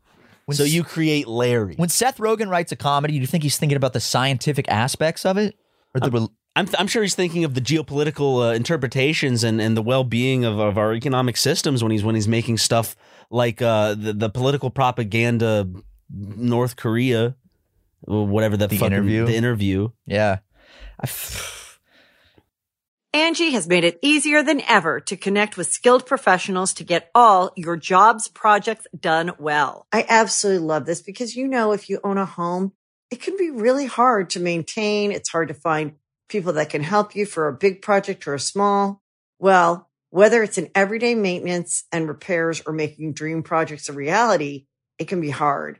When
so you create Larry.
When Seth Rogen writes a comedy, do you think he's thinking about the scientific aspects of it? Or the rel
I'm, I'm sure he's thinking of the geopolitical uh, interpretations and, and the well being of, of our economic systems when he's when he's making stuff like uh, the the political propaganda North Korea, whatever that
The
fucking-
interview?
the interview.
yeah. I f-
Angie has made it easier than ever to connect with skilled professionals to get all your jobs projects done well. I absolutely love this because, you know, if you own a home, it can be really hard to maintain. It's hard to find people that can help you for a big project or a small. Well, whether it's in everyday maintenance and repairs or making dream projects a reality, it can be hard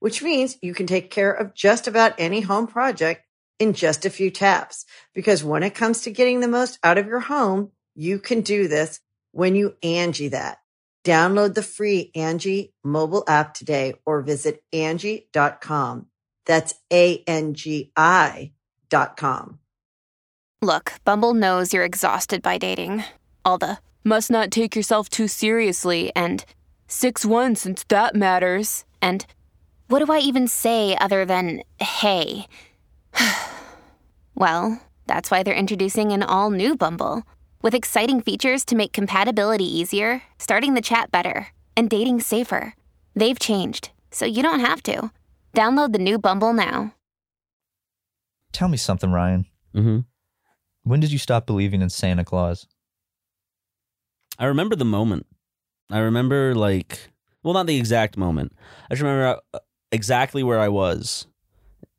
which means you can take care of just about any home project in just a few taps. Because when it comes to getting the most out of your home, you can do this when you Angie that. Download the free Angie mobile app today or visit Angie.com. That's A-N-G-I dot com.
Look, Bumble knows you're exhausted by dating. All the must not take yourself too seriously and 6 1 since that matters. And what do I even say other than hey? well, that's why they're introducing an all new Bumble with exciting features to make compatibility easier, starting the chat better, and dating safer. They've changed, so you don't have to. Download the new Bumble now.
Tell me something, Ryan.
Mm-hmm.
When did you stop believing in Santa Claus?
I remember the moment. I remember like, well, not the exact moment. I just remember uh, exactly where I was,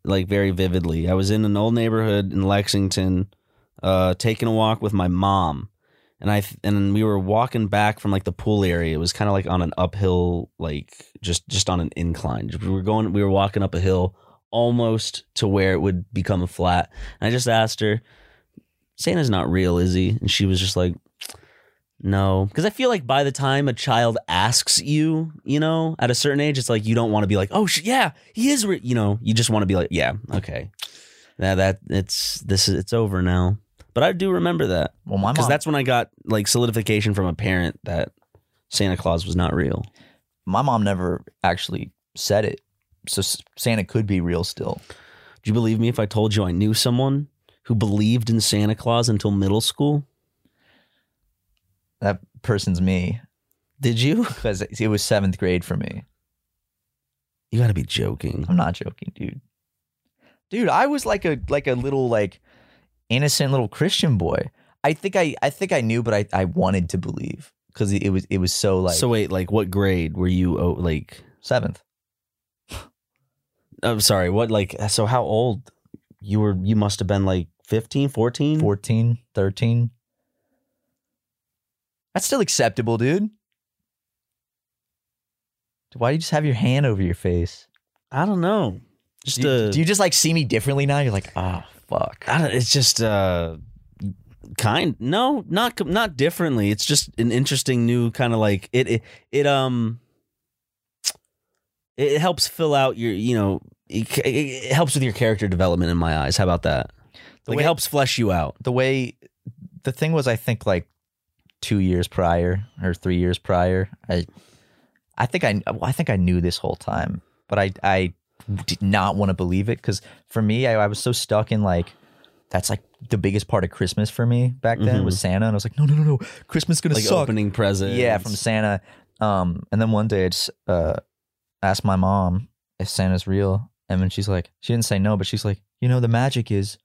like very vividly. I was in an old neighborhood in Lexington, uh, taking a walk with my mom, and I th- and we were walking back from like the pool area. It was kind of like on an uphill, like just just on an incline. We were going, we were walking up a hill almost to where it would become a flat. And I just asked her, "Santa's not real, is he?" And she was just like. No, because I feel like by the time a child asks you, you know, at a certain age, it's like you don't want to be like, oh, sh- yeah, he is, re-, you know, you just want to be like, yeah, okay, that that it's this is it's over now. But I do remember that
Well, my
because
mom,
Uh, that's when I got like solidification from a parent that Santa Claus was not real.
my mom never actually said it, so S- Santa could be real still.
Do you believe me if I told you I knew someone who believed in Santa Claus until middle school?
That person's me
Did you?
because it was seventh grade for me.
You got to be joking.
I'm not joking, dude. Dude, I was like a like a little like innocent little Christian boy. I think I I think I knew, but I I wanted to believe because it was it was so like
so wait, like what grade were you? Oh, like
seventh.
I'm Oh, sorry, what like so how old you were you must have been like 15, 14?
14, 13. That's still acceptable, dude. Why do you just have your hand over your face?
I don't know. Just
Do you,
uh
do you just like see me differently now? You're like, ah, fuck.
I don't, it's just uh kind no, not com- not differently. It's just an interesting new kind of like it, it it um it helps fill out your, you know, it, it it helps with your character development in my eyes. How about that?
The
like
way-
it helps flesh you out.
the way the thing was I think like two years prior or three years prior. I I think I well, I think I knew this whole time, but I I did not want to believe it because for me I, I was so stuck in like that's like the biggest part of Christmas for me back then was Santa and I was like no no no no Christmas is gonna
Like oh,
suck
opening presents.
yeah from Santa um and then one day I just uh asked my mom if Santa's real and then she's like she didn't say no but she's like you know the magic is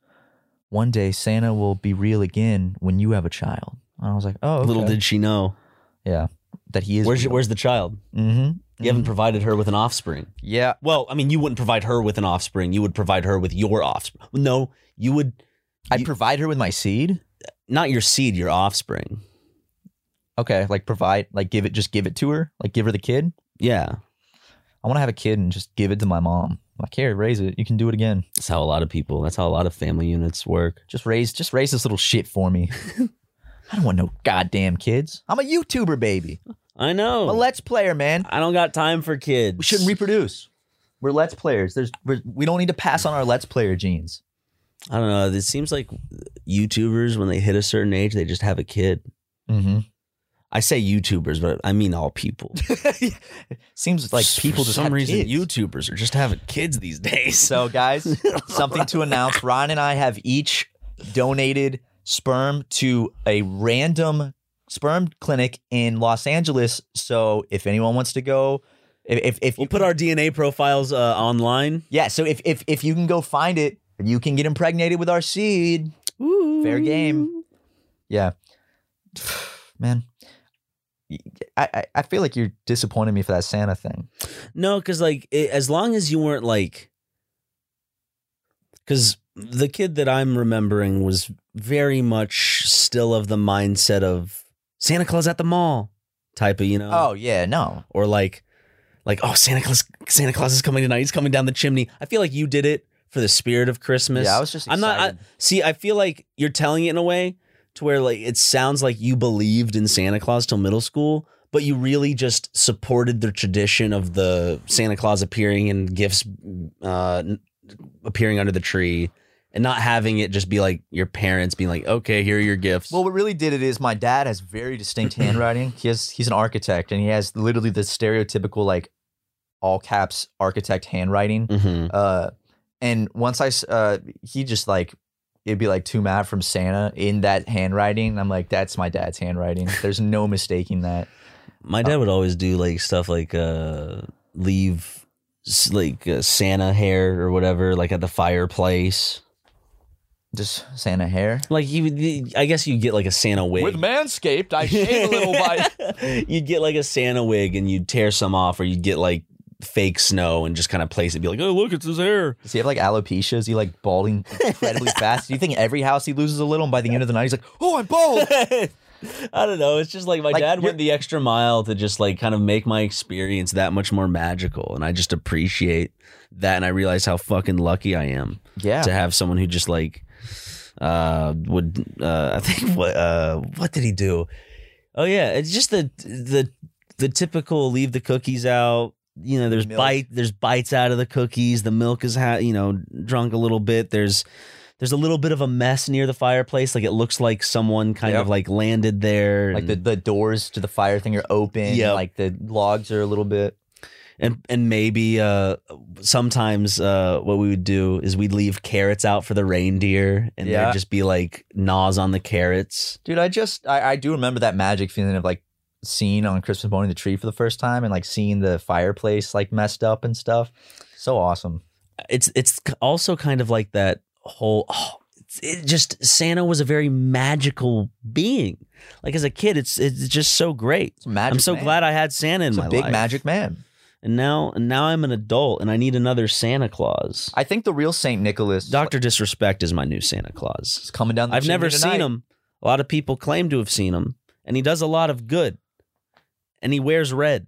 one day Santa will be real again when you have a child and I was like oh okay.
Little did she know.
yeah that he is
Where's your, where's the child?
mm-hmm.
You haven't provided her with an offspring.
yeah
Well, I mean, you wouldn't provide her with an offspring. You would provide her with your offspring. No, you would
I'd
You-
provide her with my seed
not your seed, your offspring.
okay like provide like give it just give it to her like give her the kid
Yeah,
I want to have a kid and just give it to my mom like here raise it you can do it again
that's how a lot of people. That's how a lot of family units work.
Just raise, just raise this little shit for me. I don't want no goddamn kids. I'm a YouTuber, baby.
I know.
I'm a Let's Player, man.
I don't got time for kids.
We shouldn't reproduce. We're Let's Players. There's, we're, we don't need to pass on our Let's Player genes.
I don't know. It seems like YouTubers when they hit a certain age, they just have a kid.
Mm-hmm.
I say YouTubers, but I mean all people.
Seems like people
for
just
some
have
reason
kids.
YouTubers are just having kids these days.
So, guys, something to announce. Ron and I have each donated sperm to a random sperm clinic in Los Angeles. So, if anyone wants to go, if if, if
we'll
you
put our DNA profiles uh, online.
yeah, so if if if you can go find it, you can get impregnated with our seed. Fair game. Yeah, man. I, I- I feel like you're disappointing me for that Santa thing.
No, because like it, as long as you weren't like, because the kid that I'm remembering was very much still of the mindset of Santa Claus at the mall type of you know.
Oh yeah, no.
or like like oh Santa Claus Santa Claus is coming tonight. He's coming down the chimney. I feel like you did it for the spirit of Christmas.
Yeah, I was just.
I'm not- I-
excited.
See, I feel like you're telling it in a way to where like it sounds like you believed in Santa Claus till middle school, but you really just supported the tradition of the Santa Claus appearing and gifts uh n- appearing under the tree and not having it just be like your parents being like, "Okay, here are your gifts."
Well, what really did it is my dad has very distinct handwriting. He has he's an architect and he has literally the stereotypical like all caps architect handwriting.
Mhm.
Uh, and once I s- uh, he just like it'd be like too mad from Santa in that handwriting. I'm like, that's my dad's handwriting. There's no mistaking that.
My dad would always do like stuff like uh leave s- like uh, Santa hair or whatever like at the fireplace.
Just Santa hair.
Like you would- I guess you get like a Santa wig.
With Manscaped, I shave a little by.
you'd get like a Santa wig and you'd tear some off or you'd get like fake snow and just kind of place it be like, "Oh, look, it's his hair."
Does he have like alopecia? Is he like balding incredibly fast? Do you think every house he loses a little and by the end of the night he's like, oh, I'm bald?
I don't know. It's just like my
Like,
dad
you're-
went the extra mile to just like kind of make my experience that much more magical and I just appreciate that and I realize how fucking lucky I am.
Yeah.
to have someone who just like uh would uh I think what uh what did he do? Oh yeah, it's just the the the typical leave the cookies out. You know, there's
Milk.
bite there's bites out of the cookies. The milk is ha- you know drunk a little bit. There's there's a little bit of a mess near the fireplace. Like it looks like someone kind of
Yep.
like landed there.
like the,
and-
the doors to the fire thing are open
Yep.
like the logs are a little bit
and and maybe uh sometimes uh what we would do is we'd leave carrots out for the reindeer and
Yeah.
there'd just be like gnaws on the carrots.
dude i just I, I do remember that magic feeling of like seeing on christmas morning the tree for the first time and like seeing the fireplace like messed up and stuff so awesome
it's it's k- also kind of like that whole oh, it's- it just Santa was a very magical being. Like as a kid, it's it's just so great.
It's a magic
I'm so
man.
glad I had Santa in
It's
my
a big
life.
magic man
And now and now I'm an adult and I need another Santa Claus.
i think the real saint nicholas
Doctor Disrespect is my new Santa Claus.
is coming down the
I've never
chimney tonight.
seen him. A lot of people claim to have seen him, and he does a lot of good. And he wears red.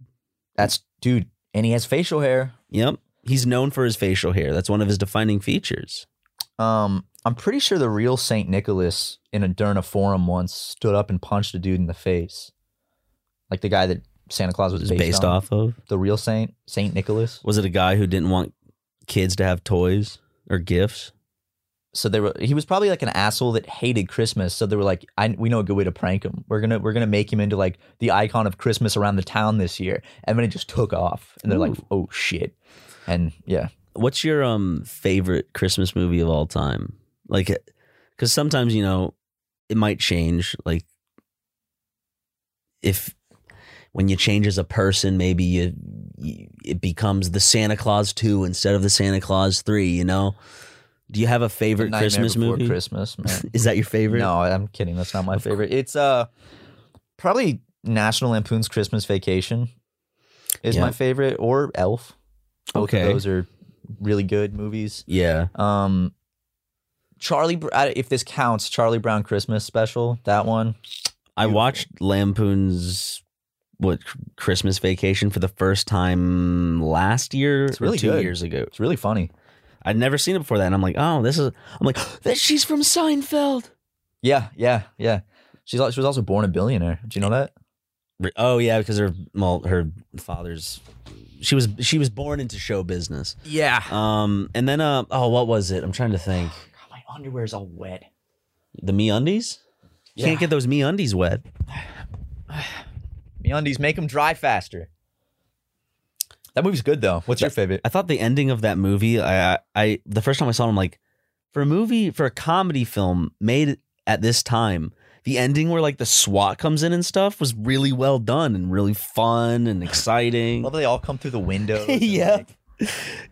that's dude and he has facial hair
Yep. He's known for his facial hair. That's one of his defining features.
um i'm pretty sure the real saint nicholas in a during a forum once stood up and punched a dude in the face like the guy that santa claus was
It's
based,
based
on.
off of.
the real saint, Saint Nicholas.
Was it a guy who didn't want kids to have toys or gifts?
So they were. He was probably like an asshole that hated Christmas. So they were like, I, "We know a good way to prank him. We're gonna we're gonna make him into like the icon of Christmas around the town this year." And then it just took off, and they're like,
Ooh.
"Oh shit!" And yeah,
What's your um favorite Christmas movie of all time? Like, because sometimes you know it might change. Like, if when you change as a person, maybe you, you it becomes the Santa Claus two instead of the Santa Claus three. You know? Do you have a
The
favorite
Nightmare
Christmas
Before
movie?
Christmas, man.
Is that your favorite?
no, I'm kidding. That's not my
Of cour-
favorite. It's uh probably National Lampoon's Christmas Vacation is
Yeah.
my favorite, or Elf. Both
Okay.
of those are really good movies.
Yeah.
Um, Charlie, Br- I- if this counts, Charlie Brown Christmas special, that one.
I
Beautiful.
watched Lampoon's what Cr- Christmas Vacation for the first time last year
It's
or
really
two
good.
years ago.
It's really funny.
I'd never seen it before that, and I'm like, oh, this is. I'm like, that she's from Seinfeld.
Yeah, yeah, yeah. She's al- she was also born a billionaire. Do you know that?
Re- Oh yeah, because her well, her father's. She was she was born into show business.
Yeah.
Um, and then uh, oh, what was it? I'm trying to think.
my underwear's all wet.
The me undies?
Yeah.
Can't get those me undies wet.
MeUndies make them dry faster. That movie's good though. What's your favorite?
I thought the ending of that movie, I, I- I the first time I saw it, I'm like, for a movie, for a comedy film made at this time, the ending where like the SWAT comes in and stuff was really well done and really fun and exciting.
Love how they all come through the window.
yeah.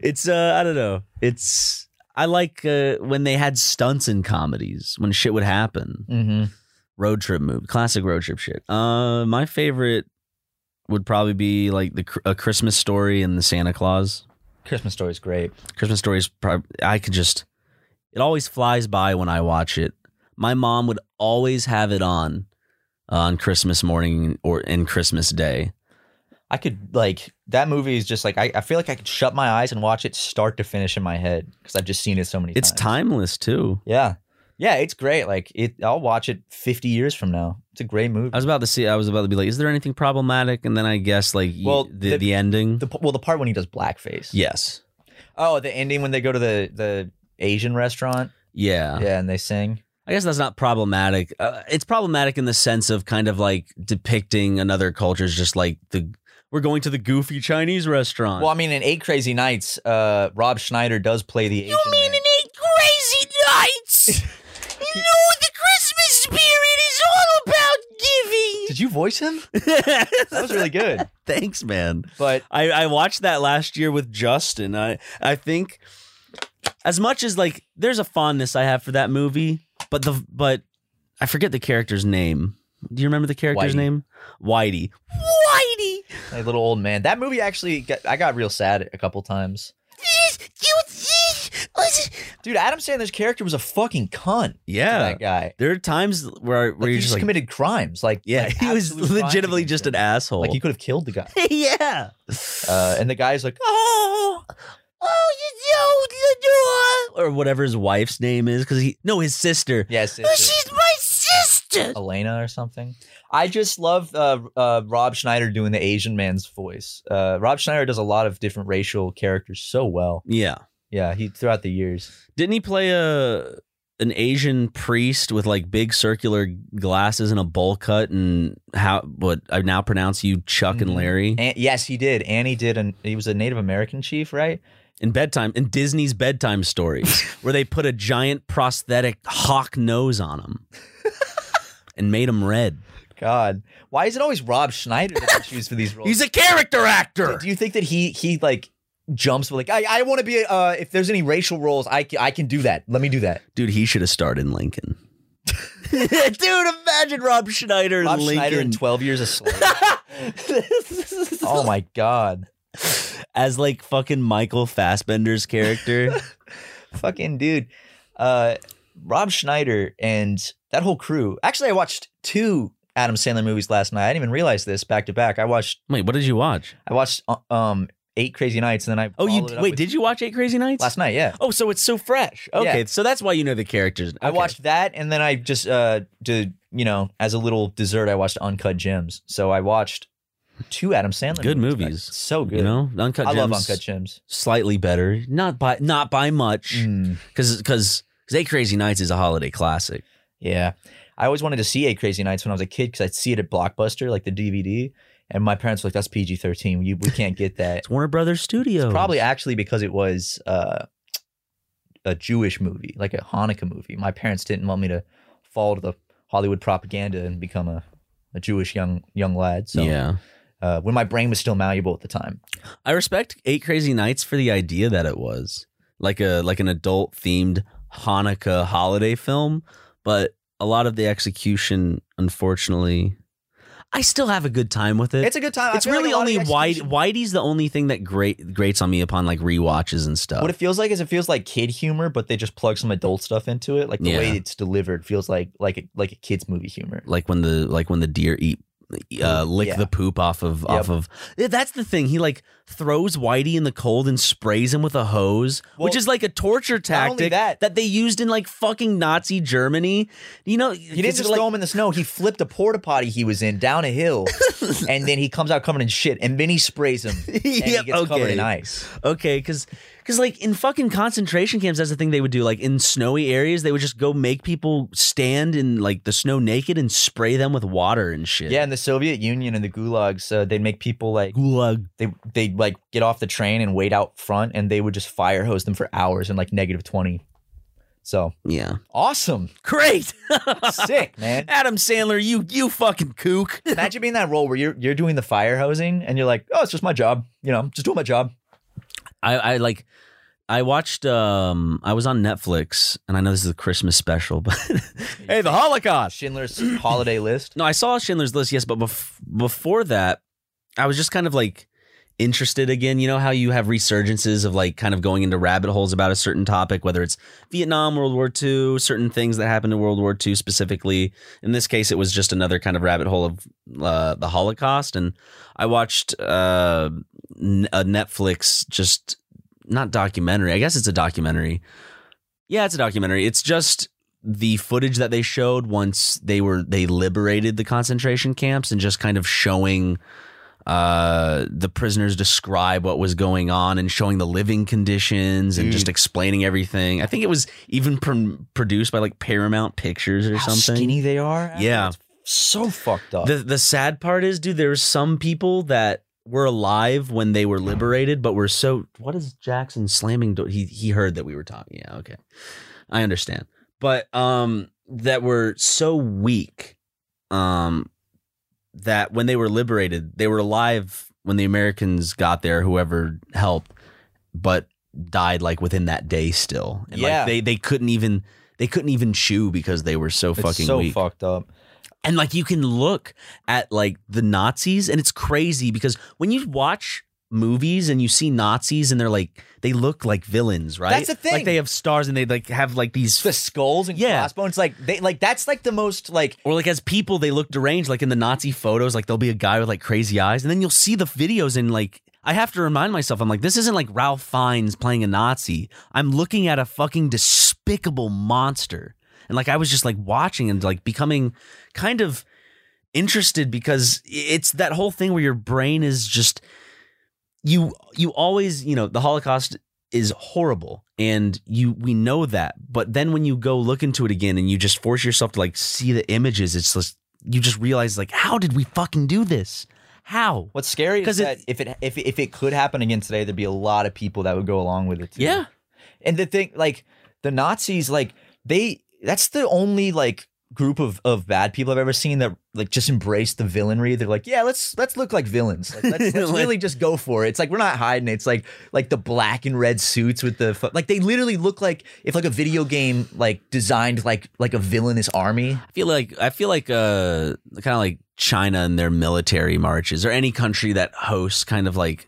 It's uh I don't know. It's I like uh, when they had stunts in comedies when shit would happen.
Mm-hmm.
Road trip movie, classic road trip shit. Uh my favorite would probably be like the Cr- a Christmas story and the Santa Claus.
Christmas story's great.
Christmas story is probably I could just it always flies by when I watch it. My mom would always have it on uh, on Christmas morning or in Christmas day.
I could like that movie is just like I, I feel like I could shut my eyes and watch it start to finish in my head because I've just seen it so many
It's
times.
timeless too.
Yeah. Yeah, it's great. Like it I'll watch it 50 years from now. It's a great movie.
I was about to see. I was about to be like, "Is there anything problematic?" And then I guess like, y-
Well,
the, the,
the-
ending.
the, p- well, the part when he does blackface.
yes.
Oh, the ending when they go to the the Asian restaurant.
Yeah.
Yeah, and they sing.
I guess that's not problematic. Uh, it's problematic in the sense of kind of like depicting another culture as just like the we're going to the goofy Chinese restaurant.
Well, I mean, in Eight Crazy Nights, uh, Rob Schneider does play the. Asian man.
eight crazy nights? you know what the Christmas spirit is all about giving.
Did you voice him? That was really good.
Thanks, man.
But
I, I watched that last year with Justin. I I think as much as like there's a fondness I have for that movie, but the but I forget the character's name. Do you remember the character's
Whitey.
name? Whitey. Whitey.
a little old man. That movie actually, got, I got real sad a couple times. Dude, Adam Sandler's character was a fucking cunt. to
Yeah.
that guy.
There are times where where
Like, he
you're
just
just like,
committed crimes. Like,
yeah,
like,
he was
absolute crimes
legitimately
against
just
him.
an asshole.
Like he could have killed the guy.
yeah.
Uh, and the guy's like,
oh, oh, you know, you know, or whatever his wife's name is, because he no, his sister.
yes,
"Oh,
it's a-
my sister.
Elena or something. I just love uh, uh, Rob Schneider doing the Asian man's voice. Uh, Rob Schneider does a lot of different racial characters so well.
Yeah.
Yeah, he throughout the years.
Didn't he play a an Asian priest with like big circular glasses and a bowl cut and how what I now pronounce you Chuck and
Mhm.
Larry
And, yes, he did. And he did. An, he was a Native American chief, right?
in bedtime in Disney's bedtime stories where they put a giant prosthetic hawk nose on him and made him red.
God, why is it always Rob Schneider that they choose for these roles?
He's a character
do,
actor.
do you think that he he like jumps with like I, I want to be uh if there's any racial roles I ca- I can do that. Let me do that.
Dude, he should have starred in Lincoln. Dude, imagine Rob Schneider in
Rob Schneider in
Lincoln.
Twelve Years a Slave. oh my God,
as like fucking Michael Fassbender's character.
fucking dude. Uh, Rob Schneider and that whole crew. Actually, I watched two Adam Sandler movies last night. I didn't even realize this back to back. I watched
Wait, what did you watch?
I watched uh, um Eight Crazy Nights and then I
Oh, you
followed it up
wait.
with-
Did you watch Eight Crazy Nights
last night? Yeah.
Oh, so it's so fresh. Okay, so that's why you know the characters.
I
Okay.
watched that, and then I just uh did you know as a little dessert, I watched Uncut Gems. So I watched two Adam Sandler
Good
back-
movies.
so good.
you know uncut.
I
Gems,
love Uncut Gems.
Slightly better, not by not by much,
Mm,
because because Eight Crazy Nights is a holiday classic.
yeah, I always wanted to see Eight Crazy Nights when I was a kid because I'd see it at Blockbuster, like the DVD, and my parents were like, "That's PG thirteen. We we can't get that."
It's Warner Brothers Studios.
Probably actually because it was uh a Jewish movie, like a Hanukkah movie. My parents didn't want me to fall to the Hollywood propaganda and become a a Jewish young young lad. So
Yeah,
uh, when my brain was still malleable at the time.
I respect Eight Crazy Nights for the idea that it was like a like an adult themed Hanukkah holiday film, but a lot of the execution, unfortunately, I still have a good time with it.
It's a good time. I
it's
feel like
really
a lot of
only
the
White.
execution-
Whitey's the only thing that great grates on me upon like rewatches and stuff.
What it feels like is it feels like kid humor, but they just plug some adult stuff into it. Like the
Yeah.
way it's delivered feels like like a, like a kids movie humor.
like when the like when the deer eat uh, lick
Yeah.
the poop off of off of. Yeah, That's the thing. He like throws Whitey in the cold and sprays him with a hose, which
Well,
is like a torture
not
tactic
only that-
they used in like fucking Nazi Germany. You know,
He didn't just throw him in the snow. He flipped a porta potty he was in down a hill, and then he comes out covered in shit, and then he sprays him, and he gets covered in ice.
Okay, because Because like in fucking concentration camps, that's the thing they would do. Like in snowy areas, they would just go make people stand in like the snow naked and spray them with water and shit.
Yeah, in the Soviet Union and the gulags, uh, they'd make people like
gulag.
they they like get off the train and wait out front, and they would just fire hose them for hours in like negative twenty. So
Yeah,
awesome,
great.
sick man.
Adam Sandler, you you fucking kook.
Imagine being in that role where you're you're doing the fire hosing, and you're like, oh, it's just my job. You know, just doing my job.
I, I like I watched um I was on Netflix and I know this is a Christmas special, but Hey the Holocaust.
Schindler's Holiday List.
No, I saw Schindler's List, yes, but bef- before that, I was just kind of like interested again. You know how you have resurgences of like kind of going into rabbit holes about a certain topic, whether it's Vietnam, World War II, certain things that happened in World War II specifically. In this case, it was just another kind of rabbit hole of uh, the Holocaust. And I watched uh, n- a Netflix just not documentary. I guess it's a documentary. Yeah, it's a documentary. It's just the footage that they showed once they were they liberated the concentration camps and just kind of showing uh the prisoners describe what was going on and showing the living conditions and
Mm.
just explaining everything. I think it was even pr- produced by like Paramount Pictures or
How
something.
skinny they are. Adam?
Yeah.
It's so fucked up.
The the sad part is, dude, there were some people that were alive when they were liberated, but were so. What is Jackson slamming? Door? He he heard that we were talking. Yeah, okay, I understand. But um, that were so weak, um, that when they were liberated, they were alive when the Americans got there. Whoever helped, but died like within that day still. And
Yeah.
like they they couldn't even they couldn't even chew because they were so
it's
fucking
so
weak.
fucked up.
And like you can look at like the Nazis, and it's crazy because when you watch movies and you see Nazis and they're like they look like villains, right?
That's the thing.
Like they have stars and they like have like these
The skulls and
Yeah.
crossbones, like they like that's like the most like
or like as people they look deranged like in the nazi photos like there'll be a guy with like crazy eyes and then you'll see the videos and like i have to remind myself i'm like this isn't like ralph fiennes playing a nazi i'm looking at a fucking despicable monster and like i was just like watching and like becoming kind of interested because it's that whole thing where your brain is just you you always you know the holocaust is horrible and you we know that but then when you go look into it again and you just force yourself to like see the images it's just you just realize like how did we fucking do this how
What's scary is
'Cause
that
it-
if it if it- if it could happen again today, there'd be a lot of people that would go along with it. Too.
Yeah.
and the thing like the Nazis, like they that's the only like group of of bad people I've ever seen that like just embrace the villainry. They're like, yeah, let's let's look like villains. Like, let's, let's
Like-
really just go for it. It's like we're not hiding. it. It's like like the black and red suits with the fu- like they literally look like if like a video game like designed like like a villainous army.
i feel like i feel like uh kind of like china and their military marches or any country that hosts kind of like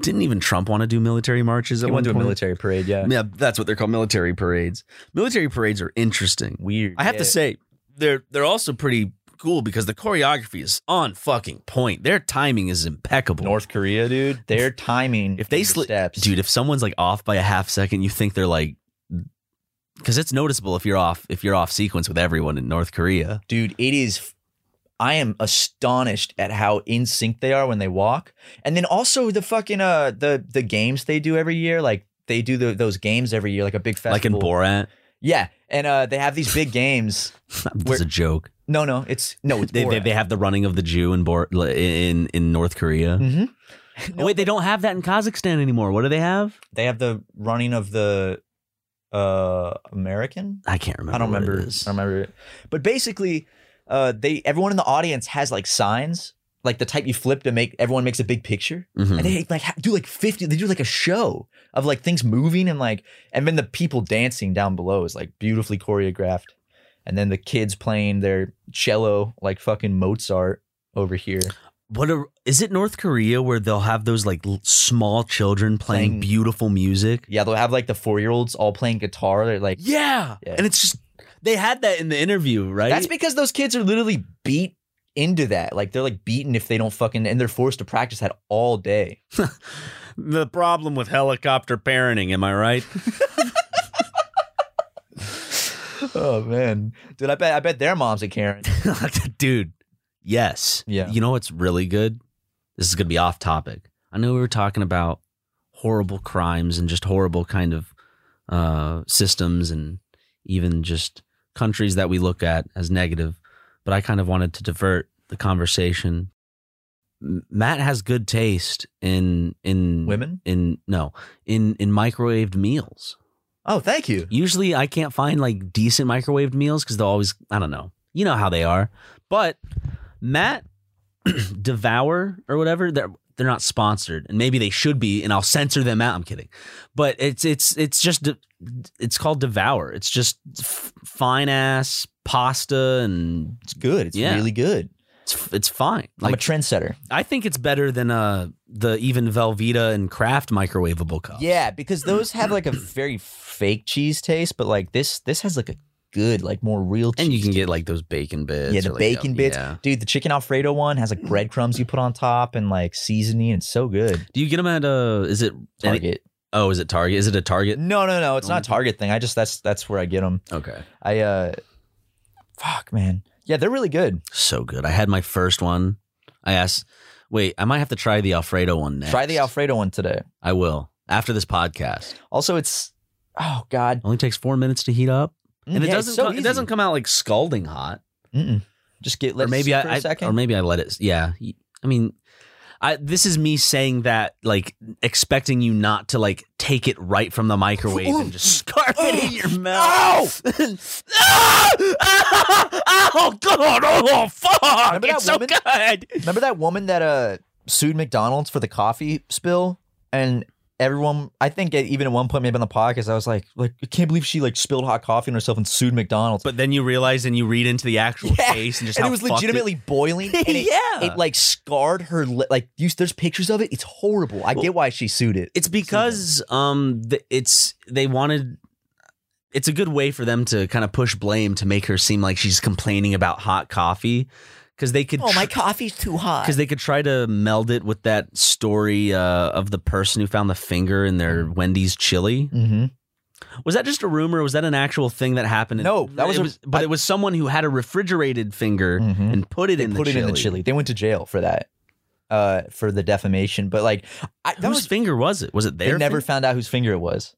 didn't even trump want to do military marches at
They
one
went to a
point?
military parade. Yeah,
yeah that's what they're called military parades military parades are interesting
weird.
I have
Yeah.
to say, they're they're also pretty cool because the choreography is on fucking point. Their timing is impeccable.
North Korea, dude. Their timing.
if they
of the
slip,
steps.
dude, if someone's like off by a half second, you think they're like, because it's noticeable if you're off if you're off sequence with everyone in North Korea.
dude, it is. I am astonished at how in sync they are when they walk, and then also the fucking uh the the games they do every year. Like they do the, those games every year, like a big festival.
Like in Borat,
Yeah, and uh they have these big games.
that's
Where-
a joke.
No, no, it's no, it's
They, they
Borat.
they have the running of the Jew in Bor- in in North Korea.
Mhm.
oh, wait, they don't have that in Kazakhstan anymore. What do they have?
They have the running of the uh American.
I can't remember.
I don't
what it
remember.
is.
I don't remember it. But basically, uh, they everyone in the audience has like signs, like the type you flip to make everyone makes a big picture.
Mhm.
and they like ha- do like 50 they do like a show of like things moving and like and then the people dancing down below is like beautifully choreographed and then the kids playing their cello like fucking mozart over here
what are, is it North Korea where they'll have those like l- small children playing,
Playing-
beautiful music?
yeah they'll have like the four-year-olds all playing guitar they're like
Yeah.
Yeah.
And it's just they had that in the interview, right?
that's because those kids are literally beat into that like they're like beaten if they don't fucking and they're forced to practice that all day
the problem with helicopter parenting, am I right?
oh man dude i bet i bet their mom's a karen
Dude, yes.
Yeah.
You know what's really good? This is going to be off topic. I know we were talking about horrible crimes and just horrible kind of uh, systems and even just countries that we look at as negative. But I kind of wanted to divert the conversation. M- Matt has good taste in in
Women?
in no in in microwaved meals.
Oh, thank you.
Usually I can't find like decent microwaved meals because they'll always, I don't know. You know how they are. But Matt Devour or whatever, they're they're not sponsored. And maybe they should be, and I'll censor them out. I'm kidding. But it's it's it's just it's called Devour. It's just f- fine ass pasta and
It's good. It's
Yeah.
really good.
it's, it's fine.
I'm a
Like
trendsetter.
I think it's better than uh the even Velveeta and Kraft microwavable cups.
Yeah, because those have like a very fake cheese taste, but like this this has like a good, like more real cheese.
And you can get like those bacon bits.
yeah, the
or, like,
bacon bits.
yeah.
Dude, the chicken alfredo one has like
Mm.
breadcrumbs you put on top and like seasoning. It's so good.
Do you get them at uh? Is it any-
Target.
Oh, is it Target? Is it a Target?
No, no, no. It's not
Only-
a Target thing. I just that's that's where I get them.
Okay.
I uh fuck, man. Yeah, they're really good.
So good. I had my first one. I asked, wait, I might have to try the Alfredo one next.
Try the alfredo one today.
I will after this podcast.
Also, it's oh god.
Only takes four minutes to heat up, and it
Yeah, it's
doesn't.
so
come, it
easy.
doesn't come out like scalding hot.
Mm-mm. Just get let
or maybe
it sit for
I,
a
I-
second.
or maybe I let it. Yeah. I mean, I this is me saying that like expecting you not to like take it right from the microwave and just scarf it in your mouth. Ah! Ah! oh god! Oh fuck!
Remember that
It's so
woman?
good.
Remember that woman that uh sued McDonald's for the coffee spill, and everyone. I think at, even at one point, maybe on the podcast, I was like, like I can't believe she like spilled hot coffee on herself and sued McDonald's.
But then you realize and you read into the actual case and just
and
how
it was
fucked
legitimately boiling. And it,
yeah.
it like scarred her. Li- like you, there's pictures of it. It's horrible. I get why she sued it.
it's because um th- it's they wanted it's a good way for them to kind of push blame to make her seem like she's complaining about hot coffee because they could
Oh, coffee's too hot.
because they could try to meld it with that story uh, of the person who found the finger in
Mm.
their Wendy's chili.
Mm-hmm.
Was that just a rumor? Was that an actual thing that happened?
No, that was
It
a-
but it was someone who had a refrigerated finger
Mhm.
and put it
They
in
put
the
it
chili.
in the chili. They went to jail for that, uh, for the defamation. But like, I, that
Whose
was
finger was it? Was it
they
their?
never
finger?
found out whose finger it was.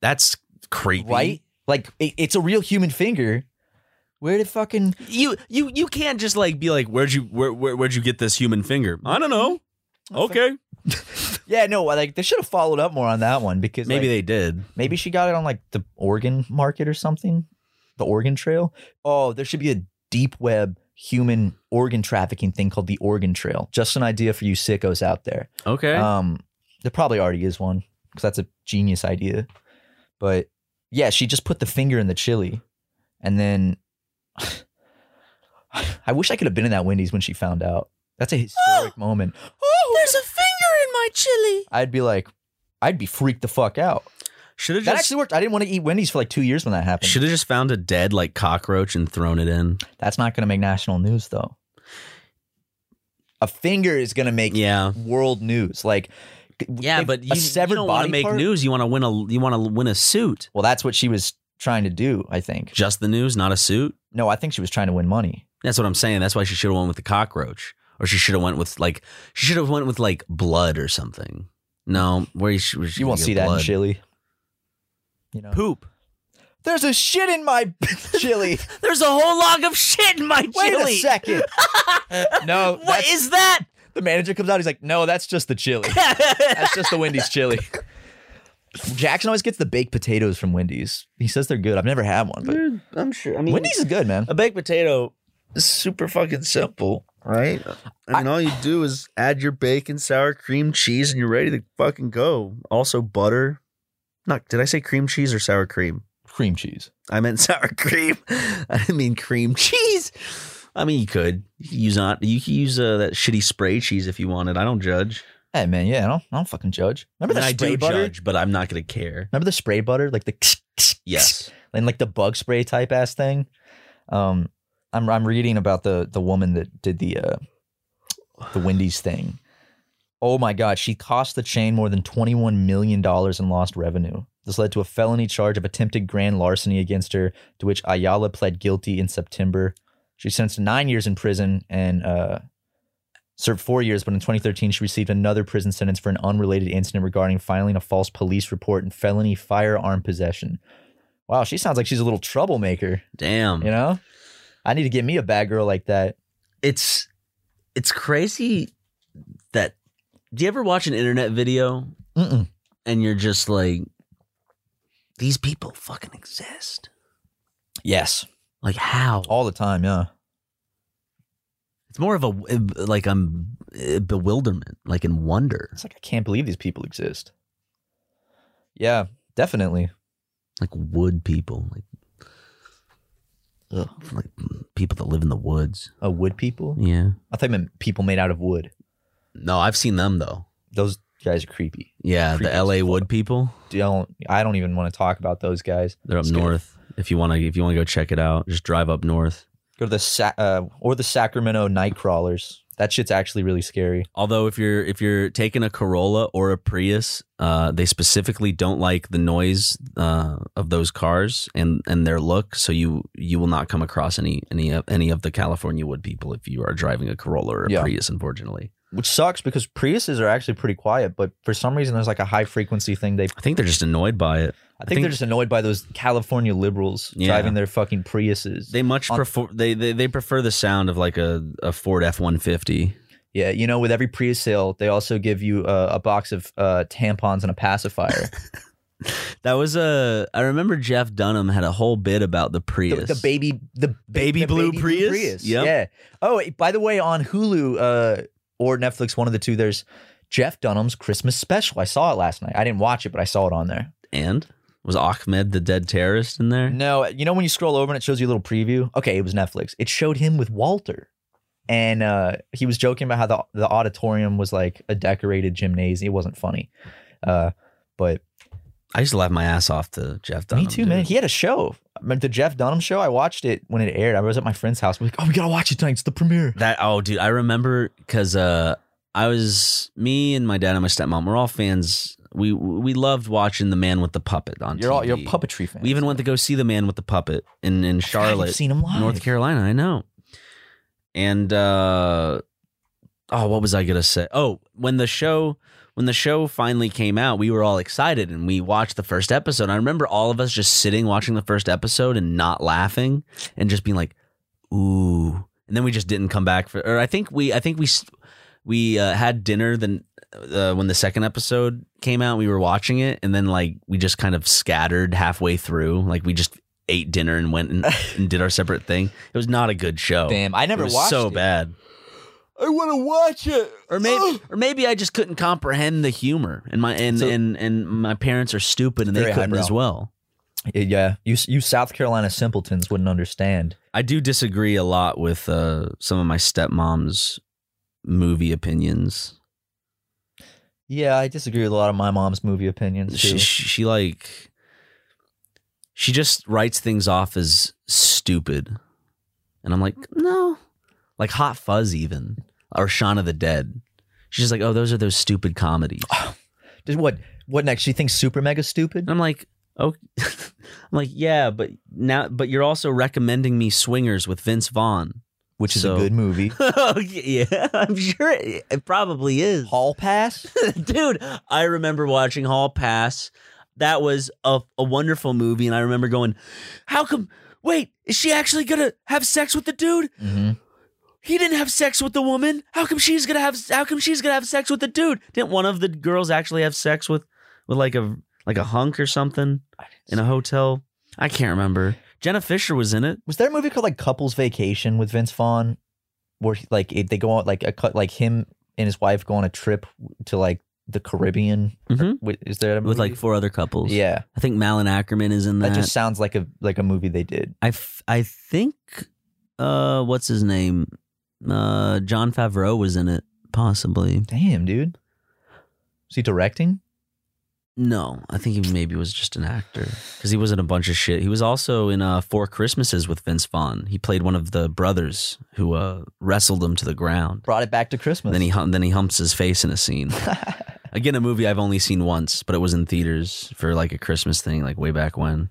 That's creepy,
right? Like it, it's a real human finger. Where did fucking
you you you can't just like be like where'd you where, where where'd you get this human finger i don't know okay
yeah? No, like they should have followed up more on that one because
maybe
maybe
they did
they maybe she got it on like the Oregon market or something, the Oregon Trail. Oh, there should be a deep web human organ trafficking thing called the Oregon Trail. Just an idea for you sickos out there.
okay
Um, there probably already is one because that's a genius idea. But yeah, she just put the finger in the chili, and then I wish I could have been in that Wendy's when she found out. That's a historic moment.
oh there's a finger in my chili
I'd be like, I'd be freaked the fuck out.
should have
That
just
actually worked. I didn't want to eat Wendy's for like two years when that happened.
should have just found a dead like cockroach and thrown it in
That's not going to make national news though. A finger is going to make
yeah
world news. Like,
yeah
if
but
a
you, you
severed
don't want to
body
make
part-
news you want to win a you want to win a suit
Well, that's what she was trying to do. I think.
just the news not a suit
No, I think she was trying to win money.
that's what i'm saying that's why she should have went with the cockroach or she should have went with like she should have went with like blood or something no where you, where's she
You
gonna
won't
get
see that in
blood?
chili. You know,
poop
there's a shit in my chili.
There's a whole log of shit in my
Wait
chili.
a second. no,
What
that's-
is that?
the manager comes out. He's like, "No, that's just the chili. that's just the Wendy's chili." Jackson always gets the baked potatoes from Wendy's. He says they're good. I've never had one, but
I'm sure. I
Wendy's is good, man.
a baked potato is super fucking simple, right? I mean, all you do is add your bacon, sour cream, cheese, and you're ready to fucking go. Also, butter. Not did I say cream cheese or sour cream?
Cream cheese.
I meant sour cream. I didn't mean cream cheese. I mean, you could you could use on you could use uh, that shitty spray cheese if you wanted. I don't judge.
Hey, man. Yeah, I don't. I don't fucking judge.
I,
Remember the
mean, I
spray
do
butter?
judge, but I'm not gonna care.
Remember the spray butter, like the
Yes.
and like the bug spray type ass thing. Um, I'm I'm reading about the the woman that did the uh, the Wendy's thing. Oh my God, she cost the chain more than twenty one million dollars in lost revenue. This led to a felony charge of attempted grand larceny against her, to which Ayala pled guilty in September. She's sentenced to nine years in prison and uh, served four years, but in 2013, she received another prison sentence for an unrelated incident regarding filing a false police report and felony firearm possession. Wow, she sounds like she's a little troublemaker,
Damn.
you know? I need to get me a bad girl like that.
It's it's crazy that do you ever watch an internet video
Mm-mm.
and you're just like these people fucking exist?
Yes.
Like how?
All the time, yeah.
It's more of a like I'm uh, bewilderment, like in wonder.
It's like, I can't believe these people exist. Yeah, definitely.
Like wood people, like ugh, like people that live in the woods.
A wood people?
Yeah.
I thought you meant people made out of wood.
No, I've seen them though.
Those guys are creepy.
Yeah,
Creepy
the
as
LA
fuck.
wood people.
Don't I don't even want to talk about those guys.
They're up
It's good.
north. If you want to, if you want to go check it out, just drive up north.
Go to the Sa- uh, or the Sacramento night crawlers. That shit's actually really scary.
Although if you're if you're taking a Corolla or a Prius, uh, they specifically don't like the noise uh, of those cars and and their look. So you you will not come across any any of any of the California wood people if you are driving a Corolla or a
Yeah.
Prius. Unfortunately,
Which sucks because Priuses are actually pretty quiet, but for some reason there's like a high frequency thing. They I think,
I think they're just annoyed by it. think-
they're just annoyed by those California liberals
Yeah.
driving their fucking Priuses.
They much
On-
prefer they, they they prefer the sound of like a a Ford F one fifty.
yeah, you know, with every Prius sale, they also give you uh, a box of uh, tampons and a pacifier.
That was a I remember Jeff Dunham had a whole bit about the
the,
Prius.
the baby the
Baby
the
blue Prius? Yep.
yeah oh by the way on hulu uh or netflix one of the two there's jeff dunham's christmas special i saw it last night i didn't watch it but i saw it on there
and was Ahmed the dead terrorist in there?
no you know when you scroll over and it shows you a little preview okay it was netflix it showed him with walter and uh he was joking about how the, the auditorium was like a decorated gymnasium it wasn't funny uh but
I used to laugh my ass off to Jeff Dunham.
me too
dude.
man he had a show I mean, the jeff dunham show i watched it when it aired i was at my friend's house we like oh we gotta watch it tonight it's the premiere
That oh, dude, I remember because uh, I was me and my dad and my stepmom. We're all fans. We we loved watching the Man with the Puppet on.
You're all you're a
TV.
puppetry fan.
We even went to go see the Man with the Puppet in in Charlotte,
seen him live.
North Carolina. I know. And uh, oh, what was I gonna say? Oh, when the show when the show finally came out, we were all excited and we watched the first episode. I remember all of us just sitting watching the first episode and not laughing and just being like, "Ooh!" And then we just didn't come back for. Or I think we I think we s- we uh, had dinner then. Uh, when the second episode came out, we were watching it, and then like we just kind of scattered halfway through. Like we just ate dinner and went and, and did our separate thing. It was not a good show.
Damn, I never
it was
watched
so
it.
bad.
I want to watch it.
Or maybe, or maybe I just couldn't comprehend the humor, and my and
So-
and, and my parents are stupid, and they
Very
couldn't
highbrow.
as well.
Yeah, you you South Carolina simpletons wouldn't understand.
I do disagree a lot with uh, some of my stepmom's movie opinions.
Yeah, I disagree with a lot of my mom's movie opinions
she,
too.
she, she like she just writes things off as stupid and i'm like no like hot fuzz even or shaun of the dead she's just like oh those are those stupid comedies
Just what what next? She thinks super mega stupid.
and i'm like oh i'm like yeah but now but you're also recommending me swingers with vince vaughn
which is
So-
a good movie.
Oh, yeah i'm sure it, it probably is
Hall Pass.
dude i remember watching hall pass that was a, a wonderful movie and i remember going how come wait is she actually gonna have sex with the dude
hmm
he didn't have sex with the woman how come she's gonna have how come she's gonna have sex with the dude didn't one of the girls actually have sex with with like a like a hunk or something in a hotel i can't remember jenna fisher was in it
Was there a movie called like Couples Vacation with Vince Vaughn, where he, like it, they go on like a cut like him and his wife go on a trip to like the Caribbean? Or-
Mhm.
wait, is there a
with like
movie?
four other couples
yeah?
i think malin ackerman is in that,
That just sounds like a like a movie they did.
I, f- I think uh what's his name uh John Favreau was in it possibly
Damn, dude. Is he directing?
no I think he maybe was just an actor because he was in a bunch of shit he was also in uh Four Christmases with Vince Vaughn he played one of the brothers who uh wrestled him to the ground
Brought it back to Christmas.
And then he hum- then he humps his face in a scene again a movie I've only seen once but it was in theaters for like a Christmas thing like way back when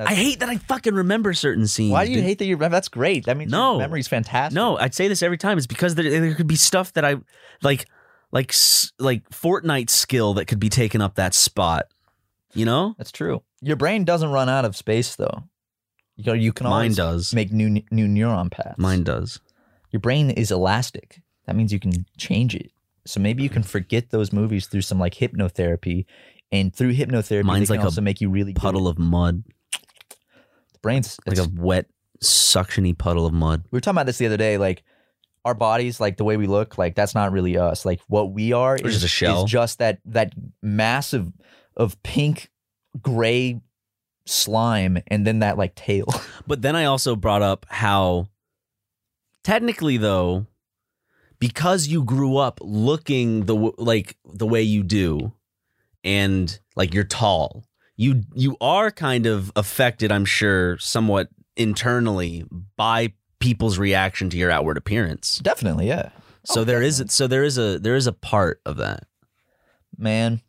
I hate that I fucking remember certain scenes.
Why do you
dude.
hate that you remember? That's great. That means
No.
your memory's fantastic.
No, I'd say this every time. It's because there, there could be stuff that I like, like, s- like Fortnite skill that could be taken up that spot. You know,
That's true. Your brain doesn't run out of space though. You know, you can
mine
always
does.
make new new neuron paths.
Mine does.
Your brain is elastic. That means you can change it. So maybe you can forget those movies through some like hypnotherapy, and through hypnotherapy,
Mine's
they
like
can
a
also make you really good.
Puddle of mud,
The brains.
like
it's-
a wet, suctiony puddle of mud.
we were talking about this the other day. Like our bodies, like the way we look, like that's not really us. Like what we are
We're
is
just a shell.
Is just that that massive of pink, gray slime, and then that like tail.
But then I also brought up how technically though because you grew up looking the w- like the way you do and like you're tall you you are kind of affected I'm sure somewhat internally by people's reaction to your outward appearance.
Definitely, yeah,
So there is so there is a there is a part of that.
man.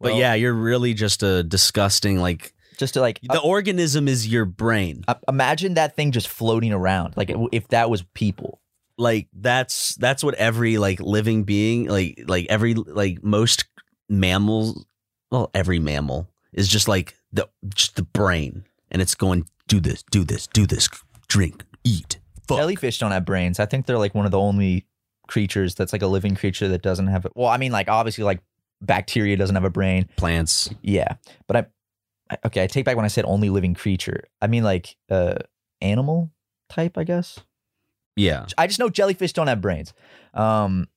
But
Well,
yeah, you're really just a disgusting like
just to like
the organism is your brain.
I- imagine that thing just floating around like if that was people
like that's that's what every like living being like like every like most mammals well every mammal is just like the just the brain and it's going do this do this do this drink eat fuck
jellyfish don't have brains i think they're like one of the only creatures that's like a living creature that doesn't have a, well i mean like obviously like bacteria doesn't have a brain
plants
yeah but i I- okay i take back when i said only living creature i mean like uh animal type i guess
yeah
i just know jellyfish don't have brains um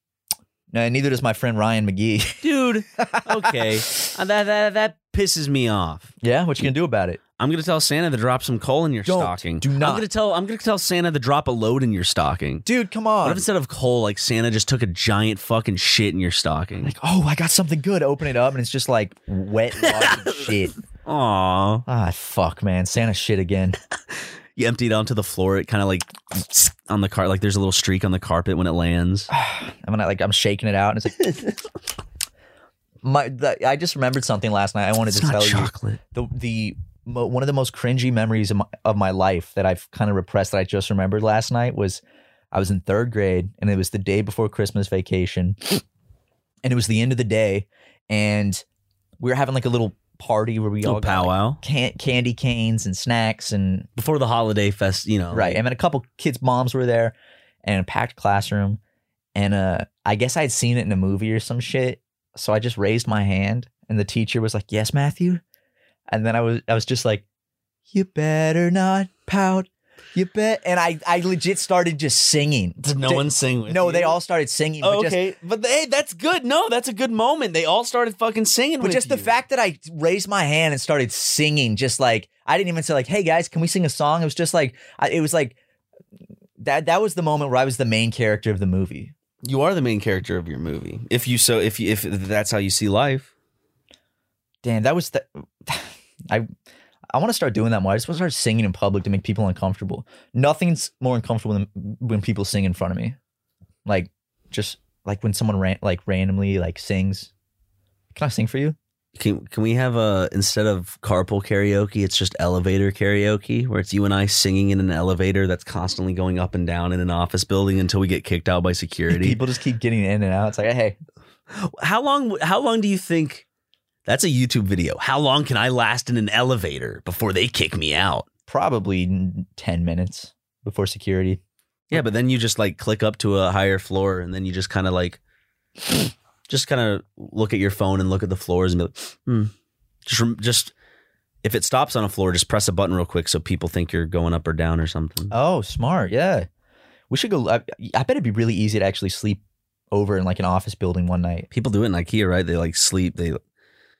no, neither does my friend ryan mcgee
dude okay Uh, that, that that pisses me off
yeah what you gonna do about it
i'm gonna tell santa to drop some coal in your
Don't.
stocking
Do
i'm
not.
gonna tell i'm gonna tell santa to drop a load in your stocking
dude come on
what if instead of coal like santa just took a giant fucking shit in your stocking
like oh i got something good open it up and it's just like wet rotten shit
Aww.
Ah, fuck, man. Santa shit again.
you empty it onto the floor. It kind of like on the car, like there's a little streak on the carpet when it lands.
I'm gonna like I'm shaking it out, and it's like my. The, I just remembered something last night. I wanted
It's
to
not
tell
chocolate.
you the the mo- one of the most cringy memories of my, of my life that I've kind of repressed that I just remembered last night was I was in third grade and it was the day before Christmas vacation, and it was the end of the day, and we were having like a little party where we all
Little
got like,
powwow
can- candy canes and snacks and
before the holiday fest. You know,
Right. I mean, a couple kids' moms were there and a packed classroom. And uh, I guess I'd seen it in a movie or some shit. So I just raised my hand and the teacher was like, Yes, Matthew. And then I was I was just like, You better not pout. You bet. And I, I legit started just singing.
Did no
They-
one sing with
No,
you?
they all started singing.
Oh,
but just,
okay, but hey, that's good. No, that's a good moment. They all started fucking singing.
But
with
just the
you.
fact that I raised my hand and started singing, just like I didn't even say like, "Hey guys, can we sing a song?" It was just like I, it was like that. That was the moment where I was the main character of the movie.
you are the main character of your movie. If you so, if you, if that's how you see life,
Damn, that was the. I I want to start doing that more. I just want to start singing in public to make people uncomfortable. Nothing's more uncomfortable than when people sing in front of me, like just like when someone ran, like randomly like sings. Can I sing for you?
can can we have a instead of carpool karaoke, it's just elevator karaoke, where it's you and I singing in an elevator that's constantly going up and down in an office building until we get kicked out by security.
People just keep getting in and out. It's like, hey,
How long? How long do you think? That's a YouTube video. How long can I last in an elevator before they kick me out?
probably ten minutes before security.
Yeah, but then you just like click up to a higher floor, and then you just kind of like, just kind of look at your phone and look at the floors and be like, hmm. Just, rem- just if it stops on a floor, just press a button real quick so people think you're going up or down or something.
Oh, smart. Yeah. We should go. I, I bet it'd be really easy to actually sleep over in like an office building one night.
people do it in IKEA, right? They like sleep, they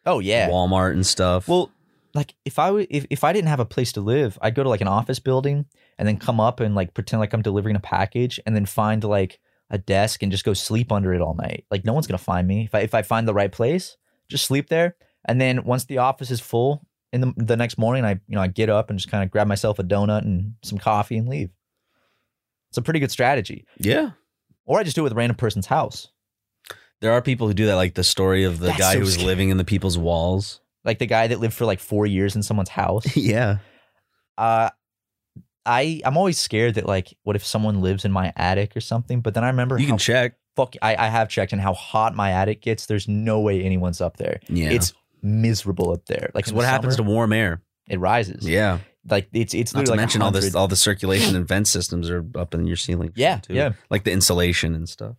Oh, yeah.
Walmart and stuff.
Well, like if I would, if, if I didn't have a place to live, I'd go to like an office building and then come up and like pretend like I'm delivering a package and then find like a desk and just go sleep under it all night. Like no one's going to find me. If I, if I find the right place, just sleep there. And then once the office is full in the, the next morning, I, you know, I get up and just kind of grab myself a donut and some coffee and leave. It's a pretty good strategy.
yeah,
or I just do it with a random person's house.
there are people who do that. Like the story of the
That's
guy
so
who was
scary.
living in the people's walls.
Like the guy that lived for like four years in someone's house.
yeah.
Uh, I I'm always scared that like, what if someone lives in my attic or something? But then I remember
You
how
can check.
fuck I, I have checked and how hot my attic gets. There's no way anyone's up there.
Yeah.
It's miserable up there. Like
Because what happens to warm air?
it rises?
Yeah.
Like it's it's
Not to
literally like
mention all this,
100.
all the circulation and vent systems are up in your ceiling.
Yeah,
too.
yeah.
Like the insulation and stuff.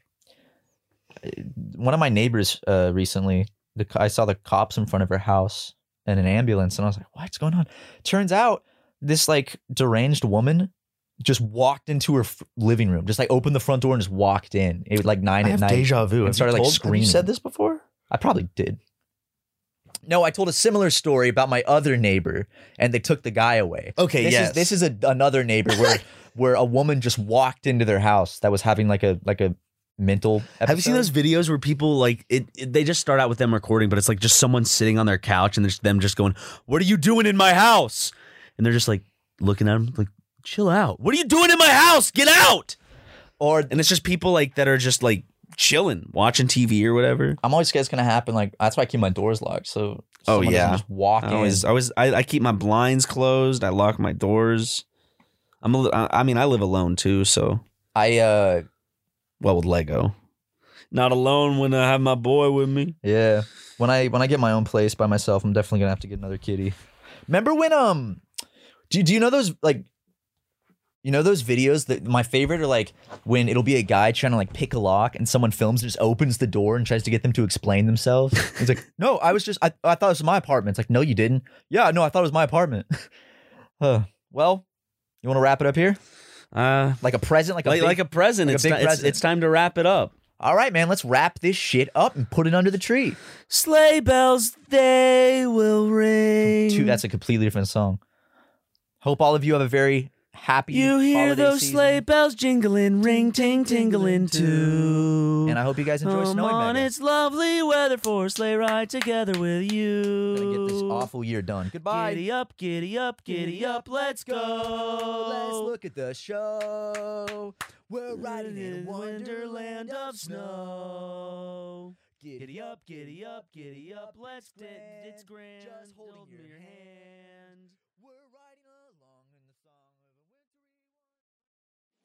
One of my neighbors uh, recently, the, co- I saw the cops in front of her house and an ambulance, and I was like, "What's going on?" Turns out this like deranged woman just walked into her f- living room, just like opened the front door and just walked in. It was like nine
I
at
have
night.
deja vu.
and
Have you
started, like,
told- Have
screaming.
you said this before?
I probably did. No, I told a similar story about my other neighbor, and they took the guy away.
Oh, Okay,
this
yes.
is this is a, another neighbor where where a woman just walked into their house that was having like a like a mental. Episode.
Have you seen those videos where people like it, it- They just start out with them recording, but it's like just someone sitting on their couch and there's them just going, "What are you doing in my house?" And they're just like looking at them like, "Chill out. What are you doing in my house? Get out!"
Or
And it's just people like that are just like chilling, watching TV or whatever.
I'm always scared it's gonna happen. Like that's why I keep my doors locked. So
Oh,
someone doesn't
yeah.
just walk
I
in.
always, I always, I, I keep my blinds closed. I lock my doors. I'm a li- I I mean, I live alone too, so
I uh
well with Lego. Not alone when I have my boy with me.
yeah. When I when I get my own place by myself, I'm definitely gonna have to get another kitty. Remember when um, do do you know those like, you know those videos that my favorite are like when it'll be a guy trying to like pick a lock and someone films and just opens the door and tries to get them to explain themselves. It's like no, I was just I I thought it was my apartment. It's like no, you didn't. Yeah, no, I thought it was my apartment. huh. Well, you want to wrap it up here?
Uh,
Like a present, like a
like,
big-
like a present.
like a
it's,
big
ti- it's
present.
it's time to wrap it up.
All right, man, let's wrap this shit up and put it under the tree.
Sleigh bells, they will ring.
Two, that's a completely different song. Hope all of you have a very happy
you hear
holiday
those
season,
sleigh bells jingling, ring ting tingling too.
And I hope you guys enjoy
Come
snowing
on,
Megan.
it's lovely weather for a sleigh ride together with you.
Gonna get this awful year done. Goodbye.
Giddy up, giddy up, giddy up, let's go.
Let's look at the show. We're riding in a wonderland of snow.
Giddy up, giddy up, giddy up, let's grand, it's grand.
Just holding
hold
your
your
hand.
hand.
We're riding along in the song of a wintry.